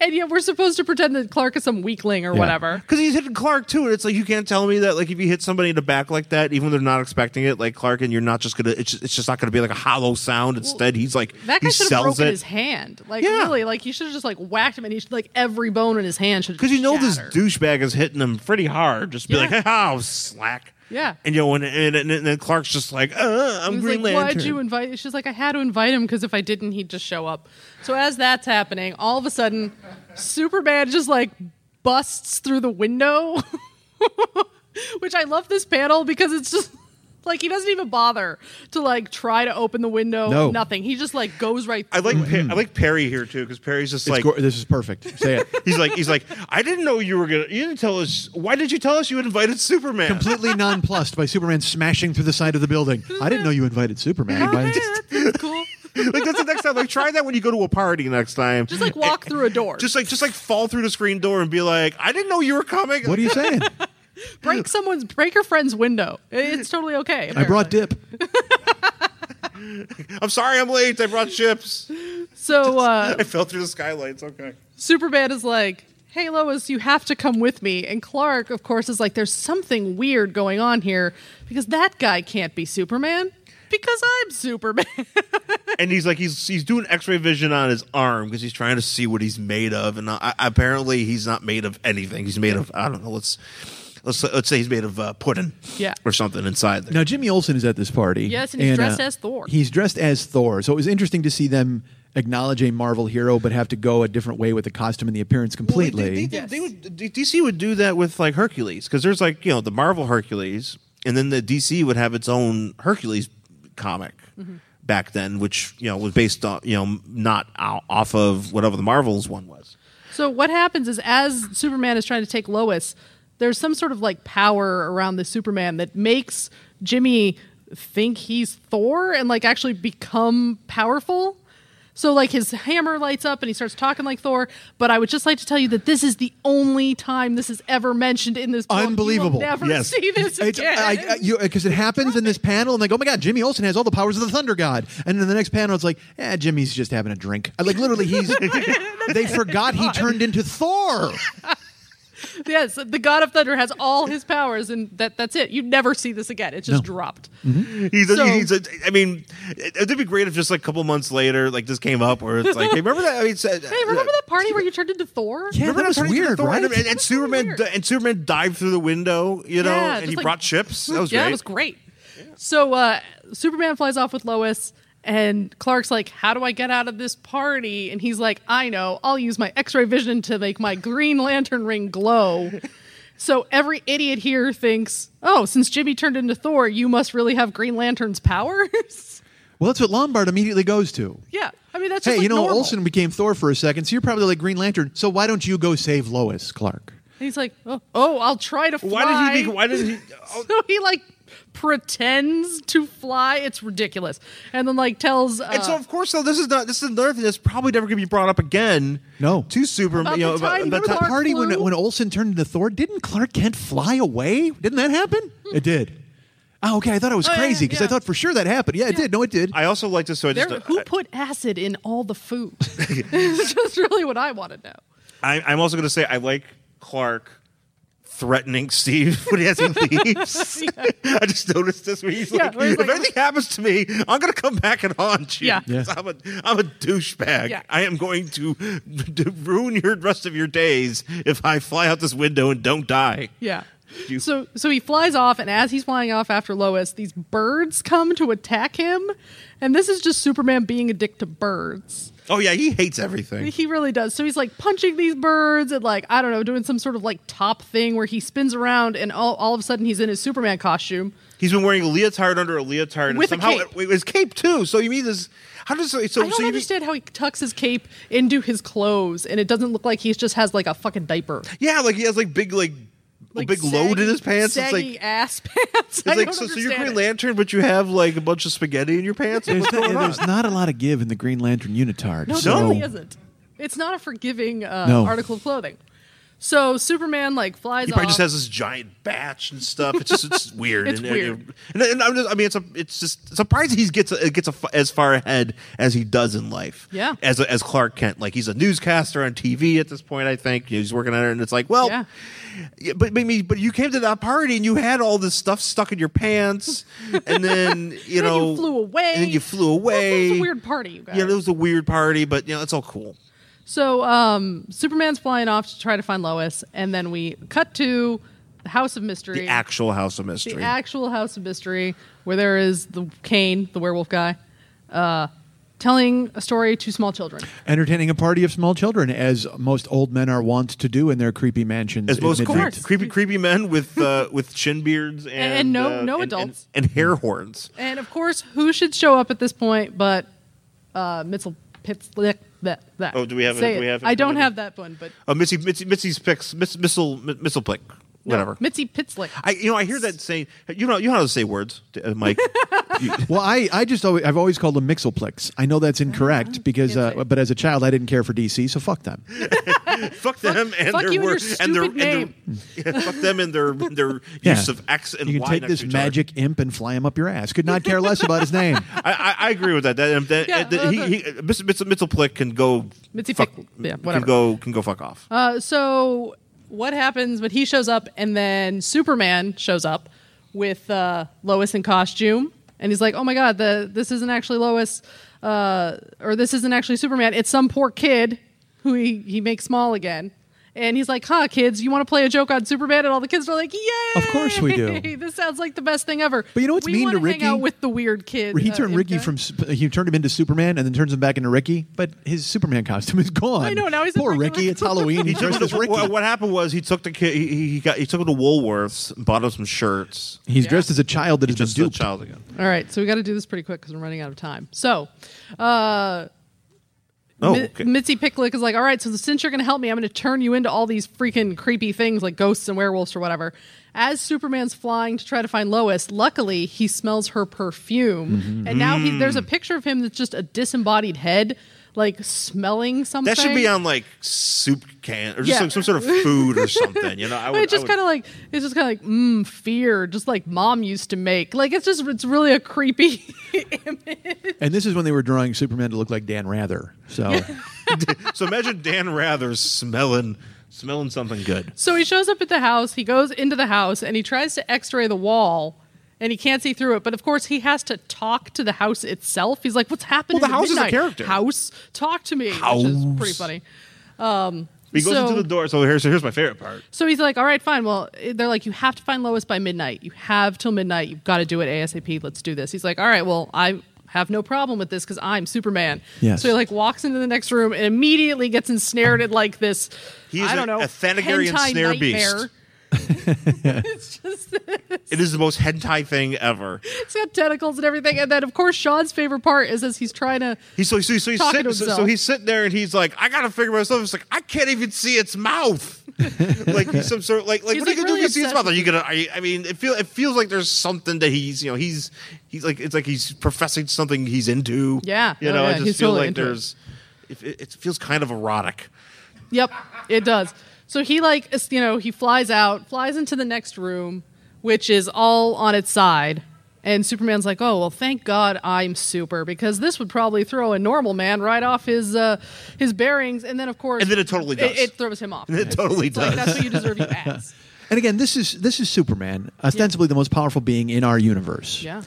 and yet we're supposed to pretend that Clark is some weakling or whatever.
Because he's hitting Clark too, and it's like you can't tell me that like if you hit somebody in the back like that, even if they're not expecting it, like Clark, and you're not just gonna it's just, it's just not gonna be like a hollow sound. Instead, he's like
That
he
guy should have
sells
broken
it
his hand. Like
Yeah.
really, like he should have just like whacked him, and he should like every bone in his hand should.
because you know this
shattered.
douchebag is hitting him pretty hard. Just be
Yeah.
like, ha ha, slack.
Yeah.
and you know, and and, and, and then Clark's just like, uh,
He
I'm
was
Green
like,
Lantern.
Why'd you invite? She's like, I had to invite him because if I didn't, he'd just show up. So as that's happening, all of a sudden, Superman just like busts through the window, which I love this panel because it's just. Like he doesn't even bother to like try to open the window.
No.
nothing. He just like goes right.
I like Pe- I like Perry here too because Perry's just like
this is perfect. Say it.
he's like he's like I didn't know you were gonna you didn't tell us why did you tell us you invited Superman
Completely nonplussed by Superman smashing through the side of the building. I didn't know you invited Superman.
through.
Why-
That's cool.
like that's the next time like try that when you go to a party next time
Just like walk through a door.
just like just like fall through the screen door and be like I didn't know you were coming
what are you saying?
break someone's break your friend's window. It's totally okay.
I brought
apparently.
dip.
I'm sorry I'm late I brought chips
so uh,
I fell through the skylights okay
Superman is like, "Hey Lois, you have to come with me." And Clark, of course, is like, "There's something weird going on here because that guy can't be Superman because I'm Superman."
and he's like he's he's doing X-ray vision on his arm because he's trying to see what he's made of and I, apparently he's not made of anything he's made of I don't know let's. Let's, let's say he's made of uh, pudding,
Yeah.
or something inside there.
Now Jimmy Olsen is at this party. uh,
Yes, and he's dressed as Thor.
He's dressed as Thor. So it was interesting to see them acknowledge a Marvel hero, but have to go a different way with the costume and the appearance
Well,
completely.
They, they, they, they would, D- DC would do that with like Hercules because there's like you know the Marvel Hercules, and then the DC would have its own Hercules comic
Mm-hmm.
back then, which you know was based on you know not o- off of whatever the Marvels one was.
so what happens is, as Superman is trying to take Lois, there's some sort of like power around the Superman that makes Jimmy think he's Thor and like actually become powerful. So like his hammer lights up and he starts talking like Thor. But I would just like to tell you that this is the only time this is ever mentioned in this. Book. You will
Unbelievable.
never
Yes.
see this
It's uh,
again.
because it happens in this panel, and like, oh my god, Jimmy Olsen has all the powers of the Thunder God, and in the next panel, it's like, eh, Jimmy's just having a drink. Like literally, he's they forgot he turned into Thor.
yes, the God of Thunder has all his powers, and that that's it. You never see this again. It's just
No. Mm-hmm.
dropped.
He's,
So-
he's a, I mean, it, it'd be great if just like a couple months later, like this came up where it's like, hey, remember that? I mean, hey,
Hey, remember that party where you turned into Thor?
Yeah, that was weird, right?
And, and Superman
weird.
di- and Superman dived through the window, you know,
Yeah,
and
just
he
like-
brought chips. That was
yeah,
great.
it was great. So uh, Superman flies off with Lois, and Clark's like, "How do I get out of this party?" And he's like, "I know. I'll use my X-ray vision to make my Green Lantern ring glow." so every idiot here thinks, "Oh, since Jimmy turned into Thor, you must really have Green Lantern's powers."
Well, that's what Lombard immediately goes to.
yeah, I mean that's
Hey,
just, like,
you know,
normal.
Olsen became Thor for a second, so you're probably like Green Lantern. So why don't you go save Lois, Clark?
And he's like, "Oh, oh, I'll try to fly."
Why did he? Be, why did he? Oh,
so he like pretends to fly. It's ridiculous, and then like tells. Uh,
And so, of course, though, this is not this is another thing that's probably never going to be brought up again.
No.
to Superman.
About
you know,
the time
about, about
you
Remember
time-
the
Clark
party when
flew?
when Olsen turned into Thor? Didn't Clark Kent fly away? Didn't that happen?
Hmm.
It did. Oh, okay. I thought I was
Oh, yeah,
crazy because
yeah.
I thought for sure that happened. Yeah, it did. No, it did.
I also like this. So I just uh,
There, who put acid in all the food? It's just really what I want to know.
I, I'm also going to say I like Clark threatening Steve when he has he leaves. I just noticed this. Where he's
Yeah,
like,
where he's
if
like-
anything happens to me, I'm going to come back and haunt you.
Yeah.
Yeah.
'Cause I'm a I'm a douchebag.
Yeah.
I am going to, to ruin your rest of your days if I fly out this window and don't die.
Yeah.
You-
So so he flies off, and as he's flying off after Lois, these birds come to attack him, and this is just Superman being a dick to birds.
Oh yeah, he hates everything.
He really does. So he's like punching these birds and like I don't know, doing some sort of like top thing where he spins around, and all, all of a sudden he's in his Superman costume.
He's been wearing a leotard under a leotard
With a
and somehow
cape.
It, it was cape too. So you mean this? How does so? so
I don't
you mean-
understand how he tucks his cape into his clothes, and it doesn't look like he just has like a fucking diaper.
yeah, like he has like big like, a big load in his pants. It's
Saggy
like
ass pants.
it's like so, so you're Green Lantern, but you have like a bunch of spaghetti in your pants. Like,
There's
What's
not,
going on?
there's not a lot of give in the Green Lantern unitard.
No,
so
there really isn't. It's not a forgiving uh,
No.
article of clothing. So Superman like flies
He
off.
probably just has this giant batch and stuff. It's just it's weird.
It's
and, uh,
weird.
And, and I'm just, I mean, it's a, it's just surprising he gets a, gets a, as far ahead as he does in life.
Yeah.
As as Clark Kent, like he's a newscaster on TV at this point. I think he's working on it, and it's like, well,
Yeah.
yeah, but but, I mean, but you came to that party and you had all this stuff stuck in your pants, and then you
then
know
you flew away.
and then you flew
It
away.
was a weird party, you guys.
Yeah, it was a weird party, but you know it's all cool.
So um, Superman's flying off to try to find Lois, and then we cut to the House of Mystery,
The actual House of Mystery.
the actual House of Mystery, where there is the Kane, the werewolf guy, uh, telling a story to small children.
Entertaining a party of small children, as most old men are wont to do in their creepy mansions.
as
at
most
midnight.
creep, creepy, creepy men with uh, with chin beards and,
and no-
uh,
no
and-
adults.
and, and hair horns.
And of course, who should show up at this point but uh, Mitzel Pitlick? That, that.
Oh, do we have it?
Say
Do we have it?
I don't have that one, but
Oh, Missy, Missy, Missy's picks, Miss, missile, mi- missile pick, whatever.
Mitzi Pitlick.
I, you know, I hear that saying. You know, you know how to say words, uh, Mike. You-
Well, I, I just always, I've always called them Mixelplex. I know that's
Ah,
incorrect because, uh, but as a child, I didn't care for DC, so fuck them.
fuck them and
fuck
their
you and your
word- and their,
stupid
and their yeah, fuck them and their and their
Yeah.
use of X and
You
Y.
can take
next
this
to each other.
magic imp and fly him up your ass. Could not care less about his name.
I, I, I agree with that. That, um, that,
Yeah,
that
uh,
he, he, Mr. Mitzel, Mitzel Plick can go.
Mitzi
fuck,
Pick- yeah,
can
whatever.
go can go fuck off.
Uh, so what happens when he shows up and then Superman shows up with uh, Lois in costume and he's like, "Oh my god, the this isn't actually Lois uh, or this isn't actually Superman. It's some poor kid who he, he makes small again." And he's like, "Huh, kids, you want to play a joke on Superman?" And all the kids are like, "Yay!
Of course we do.
this sounds like the best thing ever."
But you know what's
we
mean
wanna
to Ricky?
Hang out with the weird kid.
He
uh,
turned Ricky
Inca.
from Sup- he turned him into Superman and then turns him back into Ricky, but his Superman costume is gone.
I know, now he's a
poor
regular-
Ricky. It's Halloween. He
He took
dressed
him
as
to-
Ricky.
what, what happened was he took the kid. He, he- he got he took him to Woolworths, and bought him some shirts.
He's
Yeah.
dressed as a child that has
Just
been
a
duped.
child again.
All right, so we got to do this pretty quick because we're running out of time. So, uh,
Oh,
Mi-
okay.
Mitzi Picklick is like, all right, so since you're going to help me, I'm going to turn you into all these freaking creepy things like ghosts and werewolves or whatever. As Superman's flying to try to find Lois, luckily he smells her perfume,
Mm-hmm.
and now
Mm.
he, there's a picture of him that's just a disembodied head, like smelling something.
that should be on like soup can or just
Yeah.
some, some sort of food or something. You know, I would,
It's just kind of like it's just kind of like mm, fear, just like mom used to make. Like it's just it's really a creepy.
And this is when they were drawing Superman to look like Dan Rather. So
of. So imagine Dan Rather smelling smelling something good.
So he shows up at the house, he goes into the house, and he tries to x ray the wall, and he can't see through it. But of course, he has to talk to the house itself. He's like, What's happening?
Well, the
at
house is a
midnight?
character.
House, talk to me. Which is pretty
House.
funny.
He goes
So-
into the door. So here's here's my favorite part.
So he's like, All right, fine. Well, they're like, You have to find Lois by midnight. You have till midnight. You've got to do it ASAP. Let's do this. He's like, All right, well, I have no problem with this because I'm Superman.
Yes.
So he like walks into the next room and immediately gets ensnared in like this.
He is
I
a-
don't know.
a Thanagarian
hentai
snare
nightmare.
beast. It is the most hentai thing ever.
It's got tentacles and everything. And then, of course, Sean's favorite part is as he's trying to.
He's so, so, so he's
Talking
sitting,
to
so,
himself.
so he's sitting there and he's like, I gotta figure myself. It's like I can't even see its mouth. like he's some sort of like like
He's,
what are
like,
you gonna
really
do if you see its
obsessed
mouth? Are you gonna? Are you, I mean, it feel it feels like there's something that he's you know he's he's like it's like he's professing something he's into.
Yeah.
you
Oh,
know,
yeah.
I just
He's
feel
totally
like
into it.
there's it. It, it feels kind of erotic.
Yep, it does. So he, like, is- you know, he flies out, flies into the next room, which is all on its side. And Superman's like, oh, well, thank God I'm super because this would probably throw a normal man right off his uh, his bearings. And then, of course.
And then it totally does.
It, it throws him off.
It totally
It's like,
does.
that's what you deserve, you ass.
And again, this is this is Superman, ostensibly the most powerful being in our universe.
Yeah.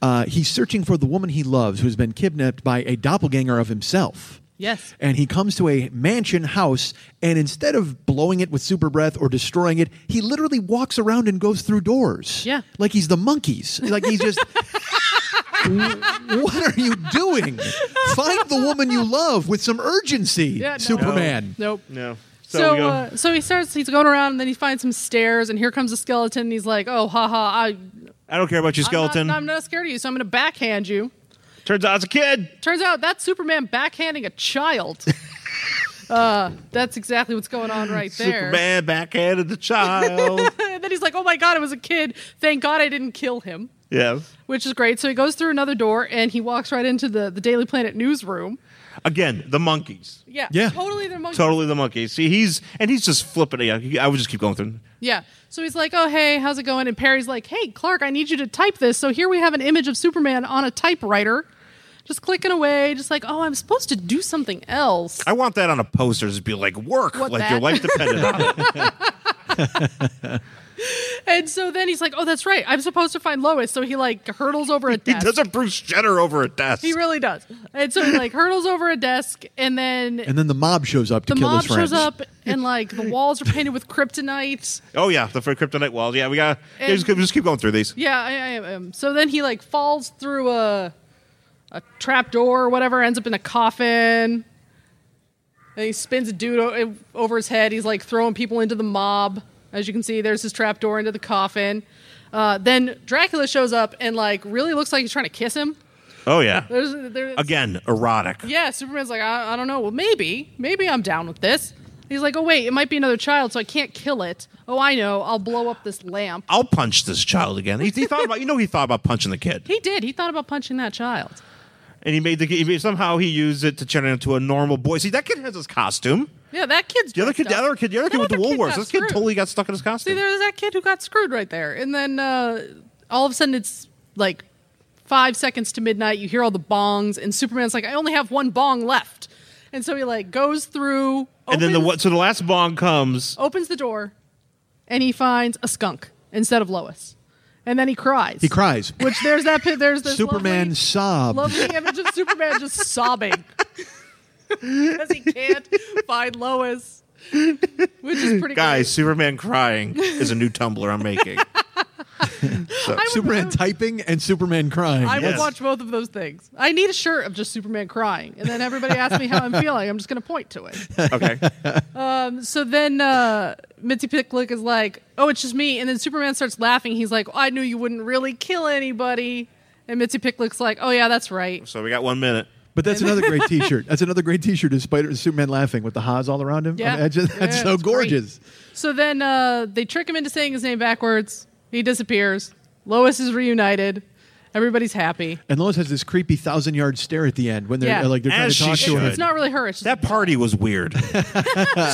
Uh, he's searching for the woman he loves who's been kidnapped by a doppelganger of himself.
Yes.
And he comes to a mansion house, and instead of blowing it with super breath or destroying it, he literally walks around and goes through doors.
Yeah.
Like he's the monkeys. Like he's just. what are you doing? Find the woman you love with some urgency,
Yeah, no.
Superman.
Nope.
No,
So, uh, so he starts. He's going around, and then he finds some stairs, and here comes a skeleton. And he's like, "Oh, haha! I,
I don't care about your skeleton.
I'm not, I'm not scared of you, so I'm going to backhand you."
Turns out it's a kid.
Turns out that's Superman backhanding a child. uh, that's exactly what's going on right there.
Superman backhanded the child.
And then he's like, "Oh my god, it was a kid! Thank God I didn't kill him."
yes.
Which is great. So he goes through another door and he walks right into the, the Daily Planet newsroom.
Again, the monkeys.
Yeah.
Yeah.
Totally the monkey.
Totally the monkeys. See, he's and he's just flipping it. out. He- I would just keep going through.
Yeah. So he's like, "Oh, hey, how's it going?" And Perry's like, "Hey, Clark, I need you to type this." So here we have an image of Superman on a typewriter, just clicking away, just like, "Oh, I'm supposed to do something else."
I want that on a poster. Just be like work,
What
like
that?
your life depended on it.
And so then he's like, "Oh, that's right. I'm supposed to find Lois." So he like hurdles over a
He
desk.
does a Bruce Jenner over a desk.
He really does. And so he like hurdles over a desk, and then
And then the mob shows up to
the
kill
mob
his friends.
shows up, and like the walls are painted with kryptonite.
oh yeah, the for kryptonite walls. Yeah, we got. Yeah,
And-
just, keep- just keep going through these.
Yeah, I, I am. So then he like falls through a a trap door or whatever, ends up in a coffin. And he spins a dude o- eh, over his head. He's like throwing people into the mob. As you can see, there's his trap door into the coffin. Uh, then Dracula shows up and like really looks like he's trying to kiss him.
Oh yeah.
There's, there's
Again, erotic.
yeah, Superman's like, I, I don't know. Well, maybe, maybe I'm down with this. He's like, oh wait, it might be another child, so I can't kill it. Oh, I know. I'll blow up this lamp.
I'll punch this child again. He, he thought about. You know, he thought about punching the kid.
He did. He thought about punching that child.
and he made the he, somehow he used it to turn it into a normal boy. See, that kid has his costume.
Yeah, that kid's
The other kid,
dressed
the
up.
other kid, the other
That
kid with the
other
Woolworths.
got
This kid
screwed.
totally got stuck in his costume.
See, there was that kid who got screwed right there, and then uh, all of a sudden it's like five seconds to midnight. You hear all the bongs, and Superman's like, "I only have one bong left," and so he like goes through, opens,
and then the what? So the last bong comes.
opens the door, and he finds a skunk instead of Lois, and then he cries.
He cries.
Which there's that pi- there's this
Superman
lovely-
sobs.
lovely image of Superman just sobbing because he can't find Lois, which is pretty
Guys, Superman crying is a new Tumblr I'm making.
great. I would- I
Superman
would-
typing and Superman crying.
I
Yes.
would watch both of those things. I need a shirt of just Superman crying, and then everybody asks me how I'm feeling. I'm just going to point to it.
Okay,
So then uh, Mitzi Picklick is like, "Oh, it's just me," and then Superman starts laughing. He's like, "I knew you wouldn't really kill anybody," and Mitzi Picklick's like, "Oh yeah, that's right."
so we got one minute.
But that's another great T-shirt. That's another great T-shirt. Is Spider Superman laughing with the Haas all around him?
Yeah.
I mean, that's just- that's
Yeah,
so
it's great.
gorgeous.
So then uh, they trick him into saying his name backwards. He disappears. Lois is reunited. Everybody's happy.
And Lois has this creepy thousand-yard stare at the end when they're
Yeah.
uh, like they're
As
trying to talk
she
to her.
should.
It's not really her. It's just
That party was weird.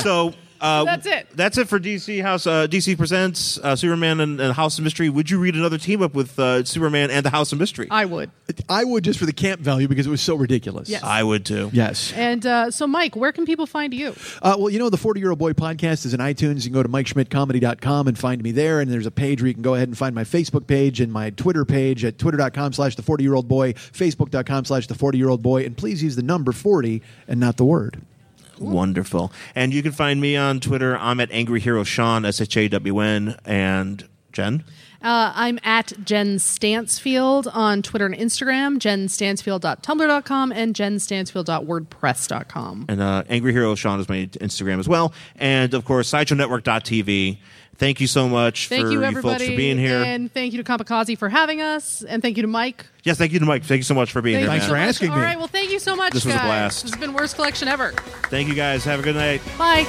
so. Uh,
That's it.
That's it for DC House. Uh, DC presents uh, Superman and, and House of Mystery. Would you read another team up with uh, Superman and the House of Mystery?
I would.
I would just for the camp value because it was so ridiculous.
Yes.
I would too.
Yes.
And uh, so, Mike, where can people find you?
Uh, well, you know, the 40 Year Old Boy podcast is in iTunes. You can go to MikeSchmidtComedy.com and find me there. And there's a page where you can go ahead and find my Facebook page and my Twitter page at twitter.com slash the 40 year old boy, facebook.com slash the 40 year old boy. And please use the number 40 and not the word.
Wonderful. And you can find me on Twitter. I'm at Angry Hero Sean, S H A W N. And Jen?
Uh, I'm at Jen Stansfield on Twitter and Instagram, jenstansfield.tumblr.com and jenstansfield.wordpress.com.
And uh, Angry Hero Sean is my Instagram as well. And of course, SideshowNetwork.tv. Thank you so much
Thank
for
you,
folks
everybody.
for being here.
And thank you to Kamikaze for having us. And thank you to Mike.
yes, thank you to Mike. Thank you so much for being
Thank
here.
you
Thanks
so
for
man.
much.
asking me.
All right. Well, thank you so much,
This was a
guys.
blast.
This has been Worst Collection Ever.
Thank you guys. Have a good night.
Bye.